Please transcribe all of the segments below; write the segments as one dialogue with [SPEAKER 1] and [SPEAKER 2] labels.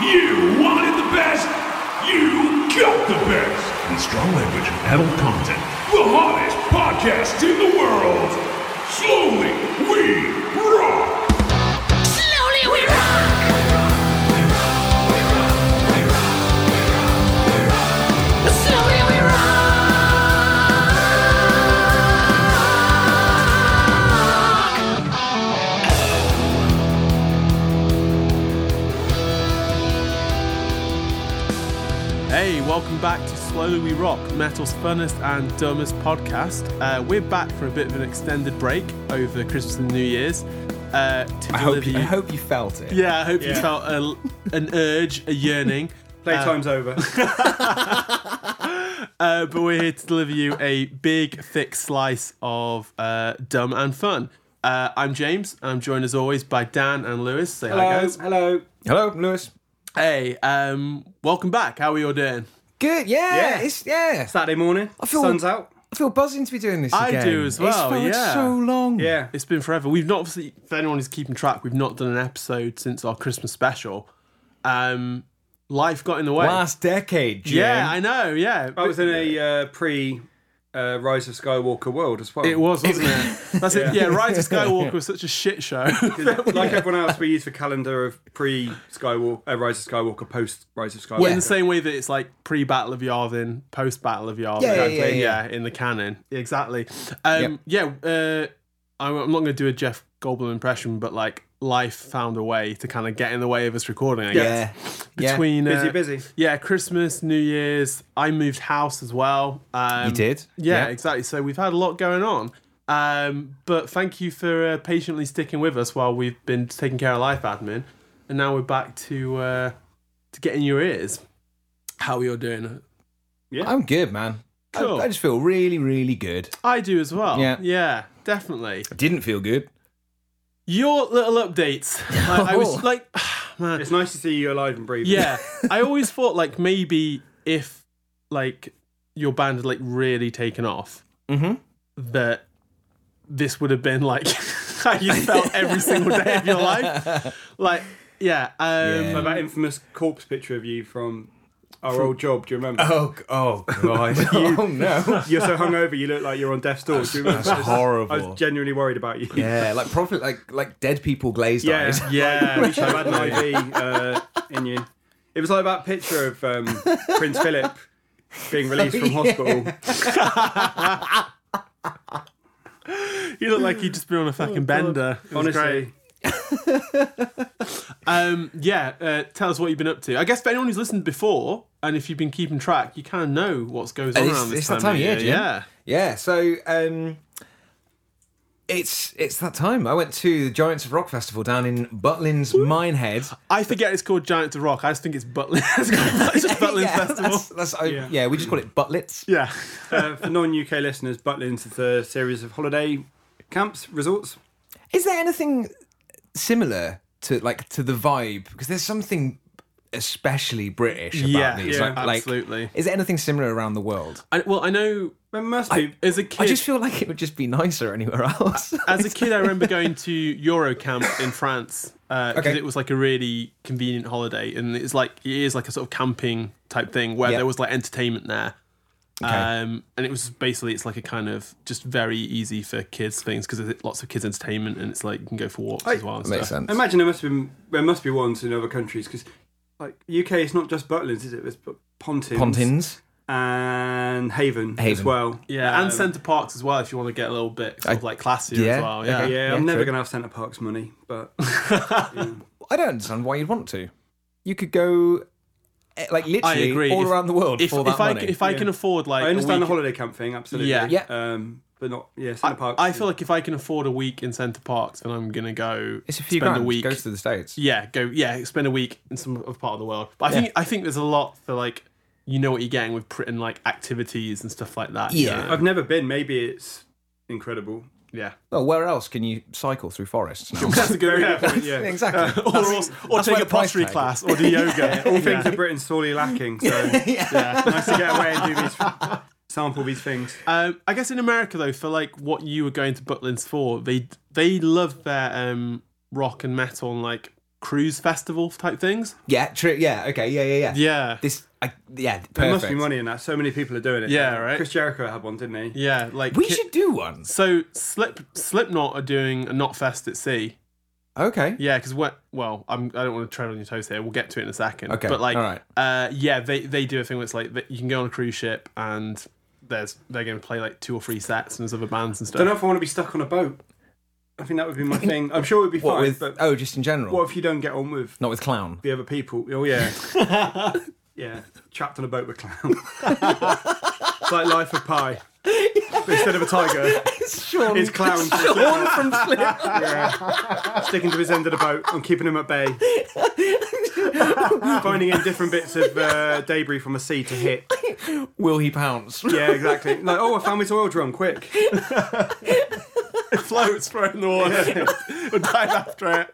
[SPEAKER 1] You wanted the best. You got the best. In strong language and adult content. The hottest podcast in the world. Slowly we rock.
[SPEAKER 2] Slowly we rock! Slowly we rock!
[SPEAKER 3] Hey, welcome back to Slowly We Rock, metal's funnest and dumbest podcast. Uh, we're back for a bit of an extended break over Christmas and New Year's. Uh, to deliver
[SPEAKER 4] I hope, you,
[SPEAKER 3] you,
[SPEAKER 4] I hope you felt it.
[SPEAKER 3] yeah, I hope you
[SPEAKER 5] Yeah.
[SPEAKER 3] felt a, an urge, a yearning.
[SPEAKER 5] Playtime's over.
[SPEAKER 3] Uh, but we're here to deliver you a big, thick slice of uh, dumb and fun. Uh, I'm James. I'm joined as always by Dan and Lewis. Say hi, guys.
[SPEAKER 5] hello.
[SPEAKER 4] Hello, Lewis.
[SPEAKER 3] Hey, um, welcome back. How are you all doing?
[SPEAKER 4] Good. Yeah.
[SPEAKER 5] Yeah.
[SPEAKER 4] It's yeah.
[SPEAKER 5] Saturday morning. I
[SPEAKER 4] feel-
[SPEAKER 5] sun's out.
[SPEAKER 4] I feel buzzing to be doing this.
[SPEAKER 3] I
[SPEAKER 4] again.
[SPEAKER 3] do as well,
[SPEAKER 4] It's felt
[SPEAKER 3] yeah.
[SPEAKER 4] so long.
[SPEAKER 5] Yeah.
[SPEAKER 3] It's been forever. We've not obviously, if anyone is keeping track, we've not done an episode since our Christmas special. Um, life got in the way.
[SPEAKER 4] Last decade, Jim.
[SPEAKER 3] yeah, I know. Yeah,
[SPEAKER 5] I was in a uh, pre uh, Rise of Skywalker world as well.
[SPEAKER 3] it was, wasn't it? That's it. Yeah, Rise of Skywalker was such a shit show.
[SPEAKER 5] like everyone else, we used the calendar of pre Skywalker, uh, Rise of Skywalker, post Rise of Skywalker.
[SPEAKER 3] In the same way that it's like pre Battle of Yavin, post Battle of Yavin.
[SPEAKER 4] Yeah, yeah,
[SPEAKER 3] exactly,
[SPEAKER 4] yeah, yeah.
[SPEAKER 3] in the canon, exactly. Um, Yeah, uh, I'm, I'm not going to do a Jeff Goldblum impression, but like life found a way to kind of get in the way of us recording. I guess.
[SPEAKER 4] Yeah. Yeah.
[SPEAKER 3] between uh,
[SPEAKER 5] Busy, busy.
[SPEAKER 3] Yeah, Christmas, New Year's. I moved house as well. Um,
[SPEAKER 4] You did?
[SPEAKER 3] Yeah,
[SPEAKER 4] Yeah.
[SPEAKER 3] exactly. So we've had a lot going on. Um, but thank you for uh, patiently sticking with us while we've been taking care of life admin, and now we're back to uh, to get in your ears. How you're doing?
[SPEAKER 4] I'm good, man. I-
[SPEAKER 3] Cool.
[SPEAKER 4] I, just feel really, really good.
[SPEAKER 3] I do as well.
[SPEAKER 4] Yeah.
[SPEAKER 3] yeah, definitely.
[SPEAKER 4] I didn't feel good.
[SPEAKER 3] Your little updates. I, I was
[SPEAKER 4] Oh.
[SPEAKER 3] like, man,
[SPEAKER 5] It's nice to see you alive and breathing.
[SPEAKER 3] Yeah, I always thought like maybe if like your band had like really taken off,
[SPEAKER 4] Mm-hmm.
[SPEAKER 3] that this would have been like how you felt every single day of your life. Like, yeah, um,
[SPEAKER 5] Like that infamous corpse picture of you from our old job. Do you remember?
[SPEAKER 4] Oh, g- oh God. oh no.
[SPEAKER 5] You're so hungover, you look like you're on death's door. Do you remember?
[SPEAKER 4] That's horrible.
[SPEAKER 5] I was genuinely worried about you.
[SPEAKER 4] yeah, like probably like like dead people glazed
[SPEAKER 5] Yeah,
[SPEAKER 4] eyes.
[SPEAKER 3] yeah,
[SPEAKER 5] You should have had an IV uh, in you. It was like that picture of um, Prince Philip being released from hospital.
[SPEAKER 3] you look like you'd just been on a fucking bender. It was great.
[SPEAKER 5] Honestly,
[SPEAKER 3] Um, yeah, uh, tell us what you've been up to. I guess for anyone who's listened before, and if you've been keeping track, you kind of know what's goes on
[SPEAKER 4] It's-
[SPEAKER 3] around this
[SPEAKER 4] it's that
[SPEAKER 3] time, of
[SPEAKER 4] time of year, Jim.
[SPEAKER 3] Yeah,
[SPEAKER 4] Yeah, so um, it's it's that time. I went to the Giants of Rock Festival down in Butlins, Minehead.
[SPEAKER 3] I forget it's called Giant to Rock. I just think it's Butlin. it's just Butlin
[SPEAKER 4] yeah,
[SPEAKER 3] Festival.
[SPEAKER 4] That's, that's, I-
[SPEAKER 5] Yeah.
[SPEAKER 4] yeah. we just call it Butlits.
[SPEAKER 3] Yeah.
[SPEAKER 5] uh, for non-UK listeners, Butlins is a series of holiday camps, resorts.
[SPEAKER 4] Is there anything similar to like to the vibe? Because there's something especially British about
[SPEAKER 3] Yeah,
[SPEAKER 4] these.
[SPEAKER 5] yeah,
[SPEAKER 4] like, like,
[SPEAKER 3] absolutely.
[SPEAKER 4] is there anything similar around the world?
[SPEAKER 3] I, well, I know
[SPEAKER 5] There must be.
[SPEAKER 3] as a kid,
[SPEAKER 4] I just feel like it would just be nicer anywhere else.
[SPEAKER 3] as a kid, I remember going to Eurocamp in France because
[SPEAKER 4] Okay.
[SPEAKER 3] it was like a really convenient holiday, and it's like it is like a sort of camping type thing where
[SPEAKER 4] Yeah.
[SPEAKER 3] there was like entertainment there. Um, and it was basically it's like a kind of just very easy for kids things because there's lots of kids entertainment and it's like you can go for walks as well. And
[SPEAKER 4] makes
[SPEAKER 3] stuff.
[SPEAKER 4] sense.
[SPEAKER 5] I imagine there must have been. There must be ones in other countries because, like UK, it's not just Butlins, is it? There's Pontins,
[SPEAKER 4] Pontins.
[SPEAKER 5] and Haven, as
[SPEAKER 4] Haven.
[SPEAKER 5] well.
[SPEAKER 3] Yeah,
[SPEAKER 5] Um,
[SPEAKER 3] and centre parks as well if you want to get a little bit sort of like classier
[SPEAKER 4] yeah,
[SPEAKER 3] as well.
[SPEAKER 4] okay.
[SPEAKER 5] Yeah,
[SPEAKER 4] Yeah,
[SPEAKER 5] I'm never
[SPEAKER 4] true.
[SPEAKER 5] going to have Centre Parks money, but
[SPEAKER 4] I don't understand why you'd want to. You could go eh, like literally
[SPEAKER 3] agree.
[SPEAKER 4] all
[SPEAKER 3] If-
[SPEAKER 4] around the world
[SPEAKER 3] If,
[SPEAKER 4] for that
[SPEAKER 3] if I
[SPEAKER 4] money.
[SPEAKER 3] if I can afford like
[SPEAKER 5] I understand
[SPEAKER 3] a
[SPEAKER 5] the
[SPEAKER 3] week-
[SPEAKER 5] holiday camp thing, absolutely.
[SPEAKER 3] Yeah.
[SPEAKER 4] Yeah.
[SPEAKER 5] Um, but not yeah. Centre Parks.
[SPEAKER 3] I feel like if I can afford a week in Centre Parks, then I'm gonna go.
[SPEAKER 4] it's a few
[SPEAKER 3] spend
[SPEAKER 4] grand.
[SPEAKER 3] a week.
[SPEAKER 4] Goes to the states.
[SPEAKER 3] yeah, go. Yeah, spend a week in some other part of the world. But I think I think there's a lot for like you know what you're getting with Britain like activities and stuff like that. you
[SPEAKER 4] Yeah.
[SPEAKER 3] know?
[SPEAKER 5] I've never been. Maybe it's incredible.
[SPEAKER 3] yeah.
[SPEAKER 4] Well, where else can you cycle through forests? now?
[SPEAKER 3] That's a good.
[SPEAKER 5] Yeah,
[SPEAKER 3] idea.
[SPEAKER 5] yeah.
[SPEAKER 4] exactly.
[SPEAKER 3] Or, or, or
[SPEAKER 4] that's
[SPEAKER 3] take
[SPEAKER 4] why
[SPEAKER 3] a
[SPEAKER 4] the price
[SPEAKER 3] pottery
[SPEAKER 4] tag.
[SPEAKER 3] class or do yoga.
[SPEAKER 5] All things that Britain's sorely lacking. So yeah, nice to get away and do these, sample these things.
[SPEAKER 3] Um, I guess in America though, for like what you were going to Butlins for, they they love their um, rock and metal and like cruise festival type things.
[SPEAKER 4] Yeah, true. Yeah, okay. Yeah, yeah, yeah.
[SPEAKER 3] Yeah.
[SPEAKER 4] This, I, yeah, perfect.
[SPEAKER 5] There must be money in that. So many people are doing it.
[SPEAKER 3] Yeah, right.
[SPEAKER 5] Chris Jericho had one, didn't he?
[SPEAKER 3] Yeah, like
[SPEAKER 4] We
[SPEAKER 3] ki-
[SPEAKER 4] should do one.
[SPEAKER 3] So Slip Slipknot are doing a Knot Fest at sea.
[SPEAKER 4] Okay.
[SPEAKER 3] Yeah, because what? Well, I'm. I don't want to tread on your toes here. We'll get to it in a second.
[SPEAKER 4] Okay,
[SPEAKER 3] But like,
[SPEAKER 4] all right.
[SPEAKER 3] uh, yeah, they they do a thing where it's like that you can go on a cruise ship and there's they're going to play like two or three sets and there's other bands and
[SPEAKER 5] I don't know
[SPEAKER 3] stuff.
[SPEAKER 5] if I want to be stuck on a boat. I think that would be my thing. I'm sure it would be
[SPEAKER 4] What
[SPEAKER 5] fine.
[SPEAKER 4] with?
[SPEAKER 5] but
[SPEAKER 4] Oh, just in general.
[SPEAKER 5] what if you don't get on with
[SPEAKER 4] Not with clown.
[SPEAKER 5] the other people? Oh yeah, yeah. Trapped on a boat with clown. it's like life of pie. But instead of a tiger,
[SPEAKER 4] Sean.
[SPEAKER 5] it's clown.
[SPEAKER 4] Sean from Slip.
[SPEAKER 5] Yeah. Sticking to his end of the boat. I'm keeping him at bay. Finding in different bits of uh, debris from a sea to hit.
[SPEAKER 4] Will he pounce?
[SPEAKER 5] Yeah, exactly. Like, oh, I found this oil drum. Quick.
[SPEAKER 3] It floats, throw it in the water, or dive after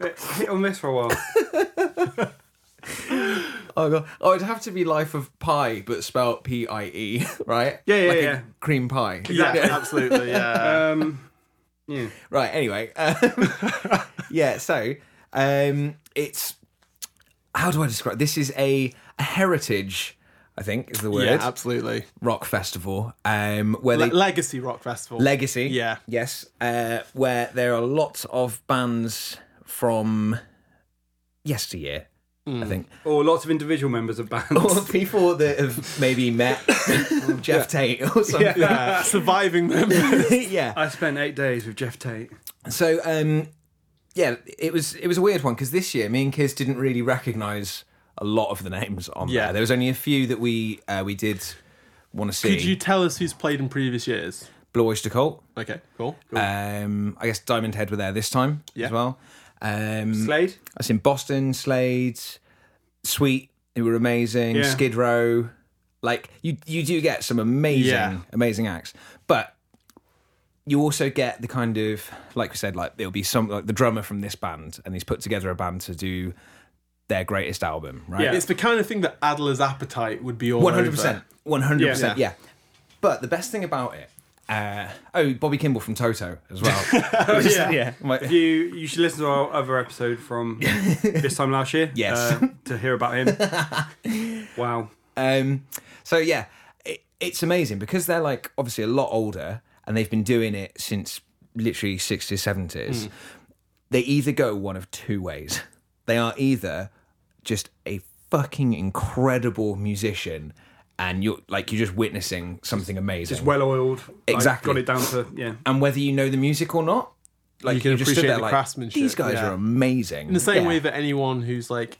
[SPEAKER 3] it.
[SPEAKER 5] Hit on this for a while.
[SPEAKER 4] Oh god. Oh, it'd have to be Life of Pie, but spelled P I E, right?
[SPEAKER 5] Yeah, yeah,
[SPEAKER 4] like
[SPEAKER 5] yeah.
[SPEAKER 4] A cream pie.
[SPEAKER 3] Yeah, absolutely. Yeah.
[SPEAKER 5] Um, yeah.
[SPEAKER 4] Right. Anyway. Um, yeah. So um, it's how do I describe? This is a, a heritage. I think is the word
[SPEAKER 3] Yeah, absolutely.
[SPEAKER 4] rock festival um, where
[SPEAKER 3] Le-
[SPEAKER 4] they
[SPEAKER 3] Legacy Rock Festival.
[SPEAKER 4] legacy.
[SPEAKER 3] Yeah.
[SPEAKER 4] Yes. Uh, where there are lots of bands from yesteryear.
[SPEAKER 3] Mm.
[SPEAKER 4] I think
[SPEAKER 5] Or lots of individual members of bands.
[SPEAKER 4] or people that have maybe met Jeff Tate or something.
[SPEAKER 3] yeah. Uh, Surviving them.
[SPEAKER 4] yeah.
[SPEAKER 5] I spent eight days with Jeff Tate.
[SPEAKER 4] So um, yeah, it was it was a weird one because this year me and Kiz didn't really recognise a lot of the names on
[SPEAKER 3] Yeah.
[SPEAKER 4] there. There was only a few that we uh, we did want to see.
[SPEAKER 3] Could you tell us who's played in previous years?
[SPEAKER 4] Blue Oyster Cult.
[SPEAKER 3] Okay, cool.
[SPEAKER 4] Um, I guess Diamond Head were there this time
[SPEAKER 3] Yeah.
[SPEAKER 4] as well. Um,
[SPEAKER 5] Slade?
[SPEAKER 4] I seen Boston Slade, Sweet, who were amazing.
[SPEAKER 5] Yeah.
[SPEAKER 4] Skid Row, like you you do get some amazing
[SPEAKER 3] Yeah.
[SPEAKER 4] amazing acts, but you also get the kind of like we said, like it'll be some like the drummer from this band, and he's put together a band to do their greatest album, right?
[SPEAKER 5] Yeah.
[SPEAKER 3] It's the kind of thing that Adler's appetite would be all
[SPEAKER 4] One hundred percent.
[SPEAKER 3] over.
[SPEAKER 4] One hundred percent.
[SPEAKER 3] Yeah.
[SPEAKER 4] Yeah. But the best thing about it, uh, oh, Bobby Kimball from Toto as well. yeah. yeah.
[SPEAKER 5] If you you should listen to our other episode from this time last year.
[SPEAKER 4] Yes.
[SPEAKER 5] uh, to hear about him. wow.
[SPEAKER 4] Um, so yeah, it, it's amazing because they're like obviously a lot older and they've been doing it since literally 60s,
[SPEAKER 3] Hmm.
[SPEAKER 4] 70s. They either go one of two ways. They are either just a fucking incredible musician and you're like you're just witnessing something amazing.
[SPEAKER 5] It's well oiled.
[SPEAKER 4] Exactly.
[SPEAKER 5] got it down to yeah.
[SPEAKER 4] and whether you know the music or not, like
[SPEAKER 3] You can
[SPEAKER 4] just stood
[SPEAKER 3] appreciate
[SPEAKER 4] there
[SPEAKER 3] the
[SPEAKER 4] like,
[SPEAKER 3] craftsmanship,
[SPEAKER 4] These guys
[SPEAKER 3] yeah.
[SPEAKER 4] are amazing.
[SPEAKER 3] In the same
[SPEAKER 4] Yeah.
[SPEAKER 3] way that anyone who's like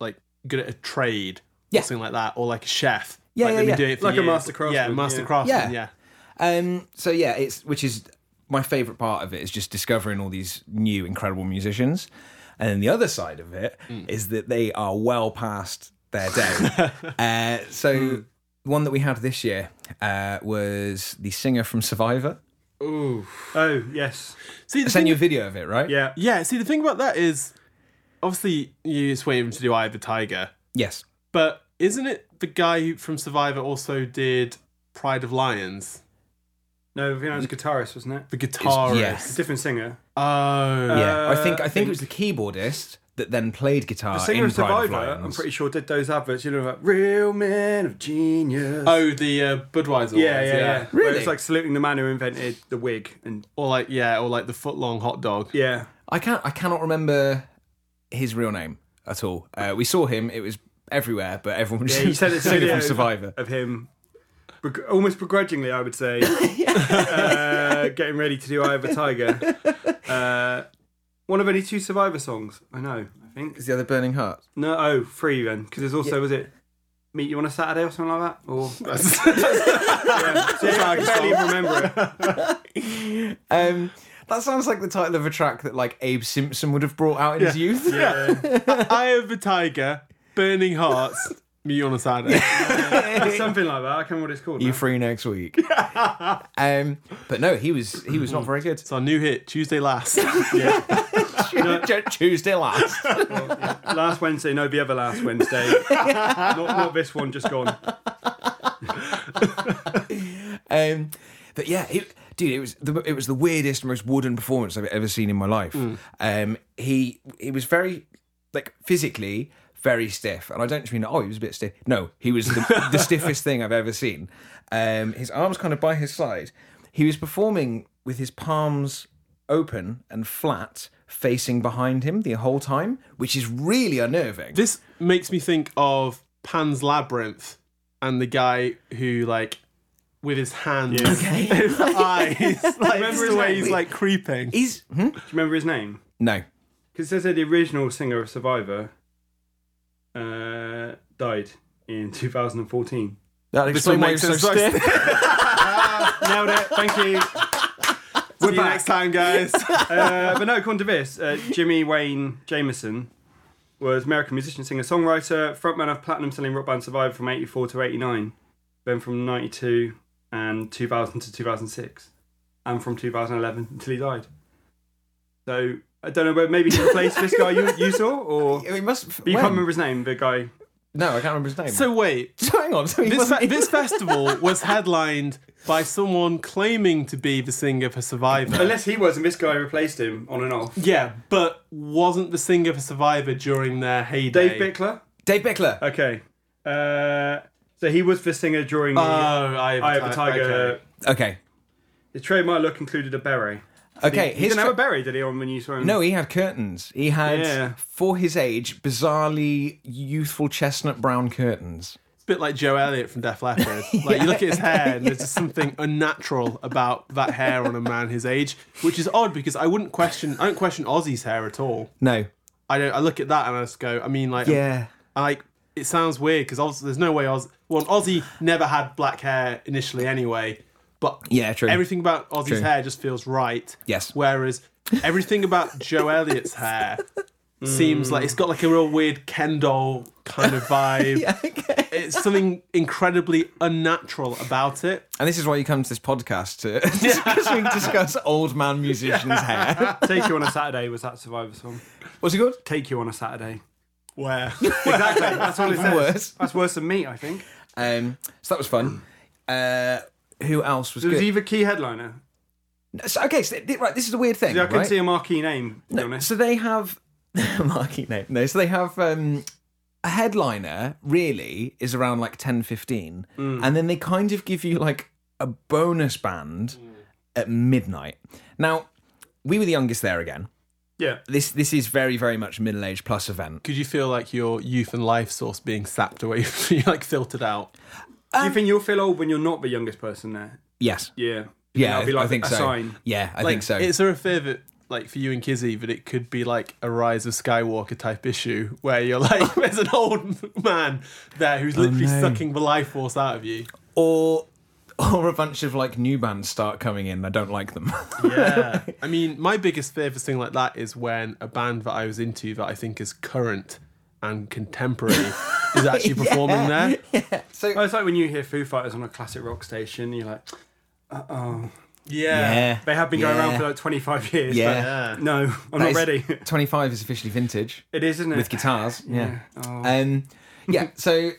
[SPEAKER 3] like good at a trade
[SPEAKER 4] Yeah.
[SPEAKER 3] or something like that, or like a chef.
[SPEAKER 4] Yeah,
[SPEAKER 3] like
[SPEAKER 4] yeah,
[SPEAKER 3] they've been
[SPEAKER 4] yeah.
[SPEAKER 3] doing it for
[SPEAKER 5] Like a
[SPEAKER 3] years.
[SPEAKER 5] master craftsman,
[SPEAKER 3] Yeah, master
[SPEAKER 5] yeah.
[SPEAKER 3] craftsman,
[SPEAKER 4] Yeah.
[SPEAKER 3] yeah.
[SPEAKER 4] Um, so yeah, it's which is my favorite part of it is just discovering all these new incredible musicians, and then the other side of it
[SPEAKER 5] Hmm.
[SPEAKER 4] is that they are well past their day. uh, so
[SPEAKER 5] Hmm.
[SPEAKER 4] one that we had this year uh, was the singer from Survivor.
[SPEAKER 5] Oh yes.
[SPEAKER 3] See
[SPEAKER 4] I
[SPEAKER 3] the
[SPEAKER 4] sent
[SPEAKER 3] thing,
[SPEAKER 4] you a video of it, right?
[SPEAKER 5] Yeah.
[SPEAKER 3] Yeah, see the thing about that is obviously you just wait for him to do Eye of the Tiger.
[SPEAKER 4] Yes.
[SPEAKER 3] But isn't it the guy who- from Survivor also did Pride of Lions?
[SPEAKER 5] No, Vino was a guitarist, wasn't it?
[SPEAKER 3] The guitarist.
[SPEAKER 5] It's
[SPEAKER 4] yes.
[SPEAKER 5] a different singer.
[SPEAKER 3] Oh.
[SPEAKER 4] Yeah. I think
[SPEAKER 5] Uh,
[SPEAKER 4] I think it was the keyboardist that then played guitar.
[SPEAKER 5] The singer
[SPEAKER 4] Uh, in
[SPEAKER 5] of
[SPEAKER 4] Pride
[SPEAKER 5] Survivor,
[SPEAKER 4] Lions.
[SPEAKER 5] I'm pretty sure, did those adverts. You know, like real men of genius.
[SPEAKER 3] Oh, the uh, Budweiser.
[SPEAKER 5] yeah, yeah,
[SPEAKER 3] ones,
[SPEAKER 5] yeah. Where
[SPEAKER 4] Really?
[SPEAKER 5] it's like saluting the man who invented the wig and
[SPEAKER 3] Or like yeah, or like the footlong hot dog.
[SPEAKER 5] yeah.
[SPEAKER 4] I can't. I cannot remember his real name at all. Uh, we saw him. It was everywhere, but everyone was
[SPEAKER 5] Yeah, you said it's a
[SPEAKER 4] singing
[SPEAKER 5] video
[SPEAKER 4] from Survivor.
[SPEAKER 5] of him, beg- almost begrudgingly, I would say, uh, getting ready to do "I Have a Tiger." Uh, one of only two Survivor songs. I know. I think
[SPEAKER 4] Is the other Burning Heart?
[SPEAKER 5] no, oh, three then, because there's also was it "Meet You on a Saturday" or something like that, or yeah, so I can't even remember it.
[SPEAKER 4] Um, that sounds like the title of a track that like Abe Simpson would have brought out in his youth.
[SPEAKER 3] Eye of the Tiger, Burning Hearts, me on a Saturday.
[SPEAKER 5] It's something like that. I can't remember what it's called.
[SPEAKER 4] You
[SPEAKER 5] now.
[SPEAKER 4] free next week? um, but no, he was he was not very good.
[SPEAKER 3] It's our new hit, Tuesday Last.
[SPEAKER 4] Tuesday last.
[SPEAKER 5] last Wednesday, no, the other last Wednesday, not, not this one, just gone.
[SPEAKER 4] Um, but yeah, it, dude, it was the it was the weirdest, most wooden performance I've ever seen in my life. Um, he he was very like physically very stiff, and I don't just mean oh he was a bit stiff. No, he was the, the stiffest thing I've ever seen. Um, his arms kind of by his side. He was performing with his palms open and flat, facing behind him the whole time, which is really unnerving.
[SPEAKER 3] This makes me think of Pan's Labyrinth and the guy who like with his hands, his eyes, like
[SPEAKER 5] Remember
[SPEAKER 3] just
[SPEAKER 5] his
[SPEAKER 3] the way
[SPEAKER 5] name?
[SPEAKER 3] he's like creeping.
[SPEAKER 4] He's hmm?
[SPEAKER 5] you remember his name?
[SPEAKER 4] no.
[SPEAKER 5] Because they said the original singer of Survivor uh, died in 2014.
[SPEAKER 4] That explains why he was so stiff.
[SPEAKER 5] Nailed it. Thank you.
[SPEAKER 3] We're back next time, guys.
[SPEAKER 5] Uh, but no, according to this, uh, Jimmy Wayne Jameson was American musician, singer, songwriter, frontman of platinum selling rock band Survivor from 84 to 89, then from 92 and 2000 to 2006, and from 2011 until he died. So I don't know, but maybe he replaced this guy you, you saw, or
[SPEAKER 4] He must.
[SPEAKER 5] you
[SPEAKER 4] when?
[SPEAKER 5] can't remember his name, the guy.
[SPEAKER 4] No, I can't remember his name.
[SPEAKER 3] so wait,
[SPEAKER 4] So hang on. So he
[SPEAKER 3] this,
[SPEAKER 4] wasn't
[SPEAKER 3] fe-
[SPEAKER 4] even-
[SPEAKER 3] this festival was headlined by someone claiming to be the singer for Survivor.
[SPEAKER 5] Unless he was, and this guy replaced him on and off.
[SPEAKER 3] Yeah, but wasn't the singer for Survivor during their heyday?
[SPEAKER 5] Dave Bickler.
[SPEAKER 4] Dave Bickler.
[SPEAKER 5] Okay. Uh, so he was the singer during the
[SPEAKER 3] Oh, I have,
[SPEAKER 5] Eye of the Tiger.
[SPEAKER 3] okay.
[SPEAKER 4] Okay.
[SPEAKER 5] His trademark look included a beret.
[SPEAKER 4] Okay.
[SPEAKER 5] He
[SPEAKER 4] his
[SPEAKER 5] didn't have
[SPEAKER 4] fr-
[SPEAKER 5] a beret, did he, on when you saw him?
[SPEAKER 4] no, he had curtains. He had,
[SPEAKER 5] Yeah.
[SPEAKER 4] for his age, bizarrely youthful chestnut brown curtains.
[SPEAKER 3] It's a bit like Joe Elliott from Def Leppard. Like you look at his hair, and there's just something unnatural about that hair on a man his age, which is odd because I wouldn't question. I don't question Ozzy's hair at all.
[SPEAKER 4] No.
[SPEAKER 3] I don't. I look at that and I just go. I mean, like,
[SPEAKER 4] Yeah.
[SPEAKER 5] Um,
[SPEAKER 3] I like it sounds weird because there's no way Oz. Well, Ozzy never had black hair initially anyway, but
[SPEAKER 4] Yeah, true.
[SPEAKER 3] Everything about Ozzy's
[SPEAKER 4] True.
[SPEAKER 3] hair just feels right.
[SPEAKER 4] Yes.
[SPEAKER 3] Whereas everything about Joe Elliott's hair seems like it's got like a real weird Ken doll kind of vibe. It's something incredibly unnatural about it.
[SPEAKER 4] And this is why you come to this podcast to because we discuss old man musicians' hair.
[SPEAKER 5] Take You on a Saturday was that Survivor song.
[SPEAKER 4] What's it called?
[SPEAKER 5] Take You on a Saturday.
[SPEAKER 3] Where
[SPEAKER 5] Exactly. That's what it says.
[SPEAKER 4] Worse.
[SPEAKER 5] That's worse than me, I think.
[SPEAKER 4] Um, so that was fun. Uh, who else was
[SPEAKER 5] It was
[SPEAKER 4] good?
[SPEAKER 5] either key headliner.
[SPEAKER 4] So- okay, so, th- right. This is the weird thing.
[SPEAKER 5] I can
[SPEAKER 4] right?
[SPEAKER 5] see a marquee name, to be honest.
[SPEAKER 4] So they have marquee name. No, so they have um, a headliner. Really, is around like 10, 15.
[SPEAKER 5] Mm.
[SPEAKER 4] and then they kind of give you like a bonus band
[SPEAKER 5] Mm.
[SPEAKER 4] at midnight. Now, we were the youngest there again.
[SPEAKER 5] Yeah.
[SPEAKER 4] This this is very very much middle age plus event.
[SPEAKER 3] could you feel like your youth and life source being sapped away from you, like filtered out?
[SPEAKER 5] Do
[SPEAKER 4] um,
[SPEAKER 5] you think you'll feel old when you're not the youngest person there?
[SPEAKER 4] Yes.
[SPEAKER 5] Yeah.
[SPEAKER 4] Yeah,
[SPEAKER 5] That'll be like
[SPEAKER 4] I think
[SPEAKER 5] a
[SPEAKER 4] so.
[SPEAKER 5] sign.
[SPEAKER 4] Yeah, I
[SPEAKER 3] Like,
[SPEAKER 4] think so.
[SPEAKER 3] Is there a fear that, like, for you and Kizzy, that it could be like a Rise of Skywalker type issue where you're like, there's an old man there who's literally
[SPEAKER 4] Oh, no.
[SPEAKER 3] sucking the life force out of you?
[SPEAKER 4] Or or a bunch of like new bands start coming in. I don't like them.
[SPEAKER 3] Yeah. I mean, my biggest fear for something like that is when a band that I was into that I think is current and contemporary is actually performing there.
[SPEAKER 5] Oh, it's like when you hear Foo Fighters on a classic rock station, you're like,
[SPEAKER 3] Yeah.
[SPEAKER 5] they have been going
[SPEAKER 4] Yeah.
[SPEAKER 5] around for like 25 years.
[SPEAKER 4] Yeah.
[SPEAKER 5] But no, I'm not ready.
[SPEAKER 4] Twenty five is officially vintage.
[SPEAKER 5] it is, isn't it?
[SPEAKER 4] with guitars. Yeah. Um, yeah. So,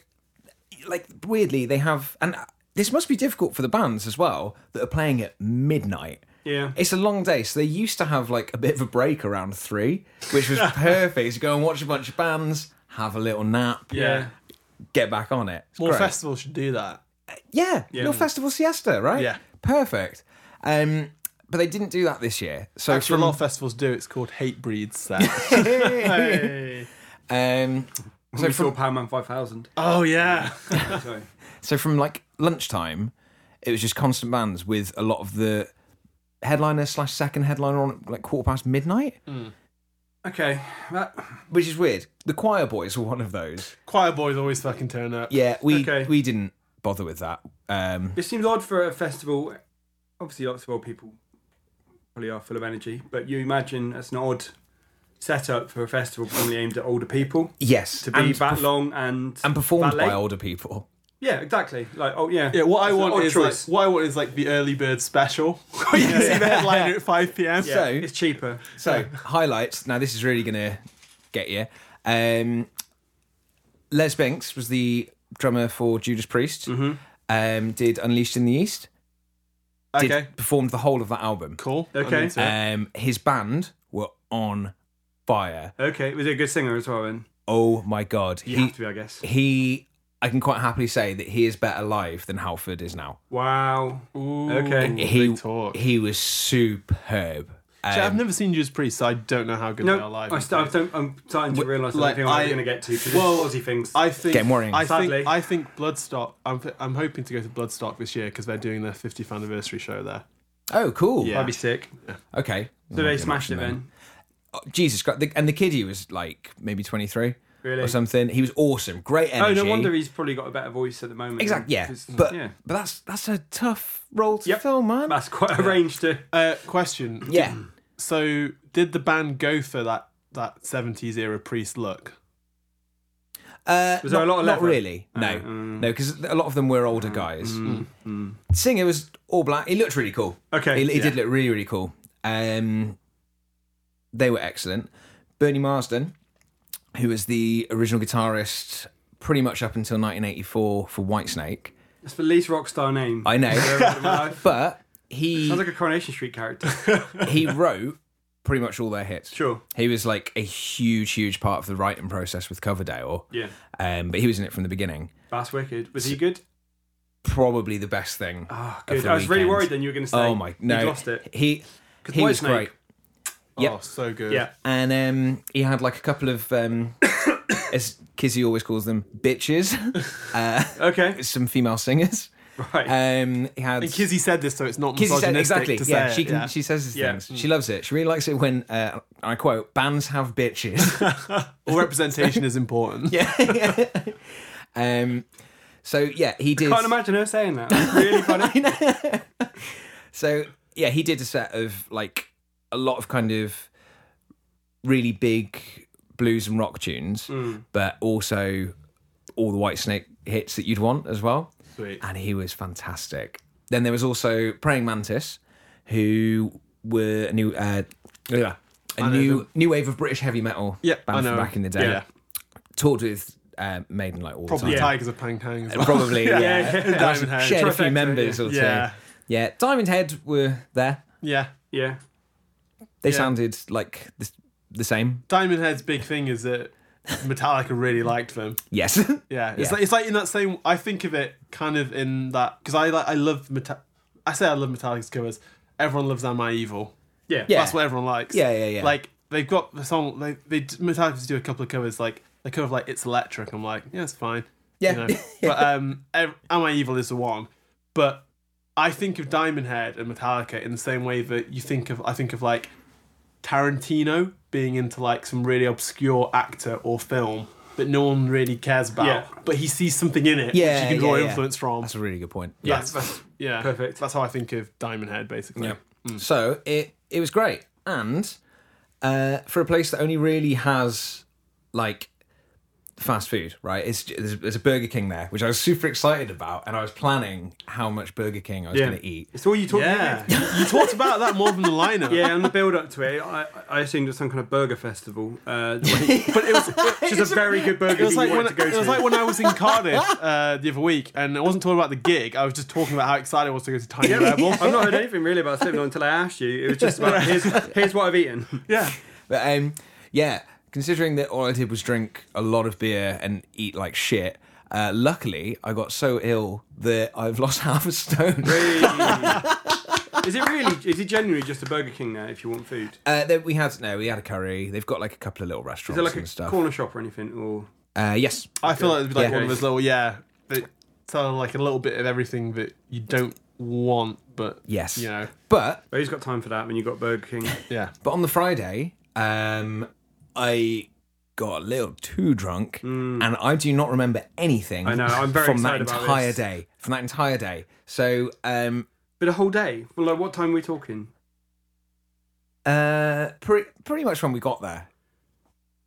[SPEAKER 4] like, weirdly, they have, and this must be difficult for the bands as well that are playing at midnight.
[SPEAKER 5] Yeah.
[SPEAKER 4] It's a long day, so they used to have like a bit of a break around three, which was perfect. to go and watch a bunch of bands, have a little nap,
[SPEAKER 5] yeah.
[SPEAKER 4] get back on it. It's
[SPEAKER 3] More
[SPEAKER 4] great.
[SPEAKER 3] festivals should do that.
[SPEAKER 4] Yeah, little festival siesta, right?
[SPEAKER 3] Yeah.
[SPEAKER 4] perfect. Um, but they didn't do that this year. So
[SPEAKER 3] Actually,
[SPEAKER 4] from
[SPEAKER 3] a lot of festivals do. It's called Hate Breeds there.
[SPEAKER 4] um,
[SPEAKER 5] So we saw Power Man 5000.
[SPEAKER 3] oh, yeah.
[SPEAKER 5] Sorry.
[SPEAKER 4] So from like lunchtime, it was just constant bands with a lot of the headliner slash second headliner on at, like quarter past midnight,
[SPEAKER 5] Okay. That,
[SPEAKER 4] which is weird. The choir boys were one of those.
[SPEAKER 3] Choir boys always fucking turn up.
[SPEAKER 4] Yeah, we
[SPEAKER 5] Okay.
[SPEAKER 4] we didn't bother with that. Um,
[SPEAKER 5] It seems odd for a festival. Obviously, lots of old people probably are full of energy, but you imagine that's an odd setup for a festival probably aimed at older people
[SPEAKER 4] yes,
[SPEAKER 5] to be
[SPEAKER 4] and,
[SPEAKER 5] that long and
[SPEAKER 4] and performed
[SPEAKER 5] that late.
[SPEAKER 4] by older people.
[SPEAKER 5] Yeah, exactly. Like, oh yeah,
[SPEAKER 3] Yeah, what I
[SPEAKER 5] It's an
[SPEAKER 3] want
[SPEAKER 5] odd
[SPEAKER 3] is
[SPEAKER 5] choice.
[SPEAKER 3] like what I want is like the early bird special. you can see the headliner at five pm.
[SPEAKER 5] yeah,
[SPEAKER 4] so-
[SPEAKER 5] it's cheaper.
[SPEAKER 4] So highlights. Now this is really gonna get you. Um, Les Banks was
[SPEAKER 5] Mm-hmm.
[SPEAKER 4] the drummer for Judas Priest. Um, did Unleashed in the East. did,
[SPEAKER 3] Okay.
[SPEAKER 4] performed the whole of that album.
[SPEAKER 3] Cool.
[SPEAKER 5] Okay.
[SPEAKER 3] I'm into it.
[SPEAKER 4] Um, his band were on fire.
[SPEAKER 5] Okay, was he a good singer as well? Then
[SPEAKER 4] Oh my god,
[SPEAKER 5] you
[SPEAKER 4] he
[SPEAKER 5] have to be, I guess.
[SPEAKER 4] he. I can quite happily say that he is better live than Halford is now.
[SPEAKER 5] Wow.
[SPEAKER 3] Ooh,
[SPEAKER 5] Okay.
[SPEAKER 4] He
[SPEAKER 3] big talk.
[SPEAKER 4] he was superb.
[SPEAKER 3] See, I've
[SPEAKER 4] Um,
[SPEAKER 3] never seen Judas Priest, so I don't know how good they
[SPEAKER 5] No,
[SPEAKER 3] are live.
[SPEAKER 5] I start, I'm, I'm starting to realise that
[SPEAKER 3] like,
[SPEAKER 5] thing I'm
[SPEAKER 3] I-
[SPEAKER 5] going to get to because
[SPEAKER 3] Well,
[SPEAKER 5] Aussie things.
[SPEAKER 3] I think
[SPEAKER 4] Getting worrying.
[SPEAKER 3] I
[SPEAKER 5] Sadly.
[SPEAKER 3] think I think Bloodstock. I'm I'm hoping to go to Bloodstock this year because they're doing their 50th anniversary show there.
[SPEAKER 4] oh, cool.
[SPEAKER 3] Yeah.
[SPEAKER 5] That'd be sick.
[SPEAKER 4] Okay.
[SPEAKER 5] So they smashed it then.
[SPEAKER 4] Oh, Jesus Christ! The, and the kid he was like maybe twenty three
[SPEAKER 5] Really?
[SPEAKER 4] or something. He was awesome. Great
[SPEAKER 5] Oh,
[SPEAKER 4] energy.
[SPEAKER 5] no wonder he's probably got a better voice at the moment.
[SPEAKER 4] Exactly. Yeah.
[SPEAKER 5] 'Cause-
[SPEAKER 4] But
[SPEAKER 5] yeah.
[SPEAKER 4] but that's that's a tough role to
[SPEAKER 5] Yep.
[SPEAKER 4] fill, man.
[SPEAKER 5] That's quite a range to.
[SPEAKER 3] Uh, question.
[SPEAKER 4] yeah.
[SPEAKER 3] So did the band go for that that 70s era Priest look?
[SPEAKER 4] Uh,
[SPEAKER 5] Was
[SPEAKER 4] not,
[SPEAKER 5] there a lot of
[SPEAKER 4] not
[SPEAKER 5] leather? Oh, mm.
[SPEAKER 4] really. No, no, because a lot of them were older guys. Singer was all black. He looked really cool.
[SPEAKER 5] Okay,
[SPEAKER 4] he, he did
[SPEAKER 5] yeah.
[SPEAKER 4] look really really cool. Um, they were excellent. Bernie Marsden, who was the original guitarist, pretty much up until 1984 for Whitesnake.
[SPEAKER 5] It's the least rock star name.
[SPEAKER 4] I know.
[SPEAKER 5] I've ever heard in my life.
[SPEAKER 4] But he
[SPEAKER 5] Sounds like a Coronation Street character.
[SPEAKER 4] he wrote pretty much all their hits.
[SPEAKER 5] Sure.
[SPEAKER 4] He was like a huge huge part of the writing process with Coverdale.
[SPEAKER 5] Yeah.
[SPEAKER 4] Um, but he was in it from the beginning.
[SPEAKER 5] That's wicked. Was he good?
[SPEAKER 4] Probably the best thing.
[SPEAKER 5] Ah,
[SPEAKER 4] of
[SPEAKER 5] good.
[SPEAKER 4] the
[SPEAKER 5] I was really
[SPEAKER 4] weekend.
[SPEAKER 5] worried then you were going to say.
[SPEAKER 4] Oh my no,
[SPEAKER 5] You lost it.
[SPEAKER 4] He
[SPEAKER 5] 'Cause
[SPEAKER 4] he was
[SPEAKER 5] Whitesnake-
[SPEAKER 4] great, Yep.
[SPEAKER 3] Oh, so good.
[SPEAKER 5] Yeah.
[SPEAKER 4] and um, he had like a couple of um, as Kizzy always calls them, bitches, Uh,
[SPEAKER 5] Okay.
[SPEAKER 4] some female singers.
[SPEAKER 5] Right.
[SPEAKER 4] Um, he had
[SPEAKER 3] And Kizzy said this, so it's not
[SPEAKER 4] Kizzy
[SPEAKER 3] misogynistic
[SPEAKER 4] said exactly.
[SPEAKER 3] to
[SPEAKER 4] yeah,
[SPEAKER 3] say
[SPEAKER 4] she
[SPEAKER 3] it,
[SPEAKER 4] can,
[SPEAKER 3] yeah.
[SPEAKER 4] she says these
[SPEAKER 5] Yeah.
[SPEAKER 4] things. She loves it. She really likes it when uh, I quote, "bands have bitches."
[SPEAKER 3] All representation is important. Yeah.
[SPEAKER 4] Um, so yeah, he did.
[SPEAKER 5] Can't imagine her saying that. That's really funny.
[SPEAKER 4] So yeah, he did a set of like a lot of kind of really big blues and rock tunes,
[SPEAKER 3] Hmm.
[SPEAKER 4] but also all the White Snake hits that you'd want as well.
[SPEAKER 3] Sweet.
[SPEAKER 4] And he was fantastic. Then there was also Praying Mantis, who were a new uh, yeah, a new new wave of British heavy metal
[SPEAKER 3] Yeah, I
[SPEAKER 4] band from
[SPEAKER 3] know.
[SPEAKER 4] back in the day.
[SPEAKER 3] Yeah.
[SPEAKER 4] Toured with uh, Maiden like all
[SPEAKER 3] Probably
[SPEAKER 4] the time.
[SPEAKER 3] Tigers of Pangtang as well.
[SPEAKER 4] Probably, yeah.
[SPEAKER 5] yeah.
[SPEAKER 4] And
[SPEAKER 3] Diamond Head.
[SPEAKER 4] Shared a
[SPEAKER 5] Trifecta,
[SPEAKER 4] few members or two.
[SPEAKER 3] Yeah.
[SPEAKER 4] yeah. Diamond Head were there.
[SPEAKER 3] Yeah.
[SPEAKER 5] Yeah.
[SPEAKER 4] They
[SPEAKER 3] Yeah.
[SPEAKER 4] sounded like the, the same.
[SPEAKER 3] Diamond Head's big thing is that Metallica really liked them.
[SPEAKER 4] Yes.
[SPEAKER 3] Yeah, it's
[SPEAKER 4] Yeah.
[SPEAKER 3] like it's like in that same. I think of it kind of in that because I like I love Meta- I say I love Metallica's covers. Everyone loves "Am I Evil."
[SPEAKER 5] Yeah.
[SPEAKER 4] Yeah.
[SPEAKER 3] That's what everyone likes.
[SPEAKER 4] Yeah, yeah, yeah.
[SPEAKER 3] Like they've got the song. They they Metallica's do a couple of covers like they cover like "It's Electric." I'm like, yeah, it's fine.
[SPEAKER 4] Yeah.
[SPEAKER 3] But um, ev- "Am I Evil" is the one. But I think of Diamond Head and Metallica in the same way that you think of I think of like Tarantino being into like some really obscure actor or film that no one really cares about,
[SPEAKER 5] Yeah.
[SPEAKER 3] but he sees something in it
[SPEAKER 4] Yeah,
[SPEAKER 3] which he can
[SPEAKER 4] yeah,
[SPEAKER 3] draw
[SPEAKER 4] yeah.
[SPEAKER 3] influence from.
[SPEAKER 4] That's a really good point.
[SPEAKER 3] yeah,
[SPEAKER 4] Yeah.
[SPEAKER 3] that's, that's- yeah,
[SPEAKER 5] perfect.
[SPEAKER 3] That's how I think of Diamond Head, basically.
[SPEAKER 4] Yeah.
[SPEAKER 3] Mm.
[SPEAKER 4] So it it was great, and uh, for a place that only really has like fast food, right? It's there's, there's a Burger King there, which I was super excited about, and I was planning how much Burger King I was
[SPEAKER 5] Yeah.
[SPEAKER 4] going to eat.
[SPEAKER 5] It's all you talk
[SPEAKER 3] Yeah,
[SPEAKER 5] about.
[SPEAKER 3] you talked about that more than the lineup.
[SPEAKER 5] Yeah, on the build up to it, I, I assumed it was some kind of burger festival. Uh,
[SPEAKER 3] but it was
[SPEAKER 5] which is a very good burger
[SPEAKER 3] It was,
[SPEAKER 5] that
[SPEAKER 3] like
[SPEAKER 5] you
[SPEAKER 3] when,
[SPEAKER 5] wanted to go
[SPEAKER 3] it
[SPEAKER 5] to.
[SPEAKER 3] was like when I was in Cardiff uh, the other week, and I wasn't talking about the gig. I was just talking about how excited I was to go to Tiny Rebel.
[SPEAKER 5] I've not heard anything really about Slipknot until I asked you. It was just about here's, here's what I've eaten.
[SPEAKER 3] Yeah,
[SPEAKER 4] But um, yeah, considering that all I did was drink a lot of beer and eat like shit. Uh, luckily, I got so ill that I've lost half a stone.
[SPEAKER 5] Is it really? Is it genuinely just a Burger King now? If you want food,
[SPEAKER 4] Uh, then we had no, we had a curry. They've got like a couple of little
[SPEAKER 5] is
[SPEAKER 4] restaurants
[SPEAKER 5] there like a
[SPEAKER 4] and stuff.
[SPEAKER 5] corner shop or anything? Or
[SPEAKER 4] Uh, yes,
[SPEAKER 3] I feel like it'd be like
[SPEAKER 4] Yeah.
[SPEAKER 3] one of those little yeah, that tell like a little bit of everything that you don't want, but
[SPEAKER 4] yes.
[SPEAKER 3] you know,
[SPEAKER 4] But
[SPEAKER 5] well, who's got time for that when you got Burger King?
[SPEAKER 3] yeah.
[SPEAKER 4] but on the Friday, um, I got a little too drunk, and I do not remember anything.
[SPEAKER 5] Mm. I know, I'm very
[SPEAKER 4] from that
[SPEAKER 5] excited about
[SPEAKER 4] entire
[SPEAKER 5] this.
[SPEAKER 4] day. From that entire day. So, um,
[SPEAKER 5] But a whole day. Well, like what time are we talking?
[SPEAKER 4] uh, pre- pretty much when we got there,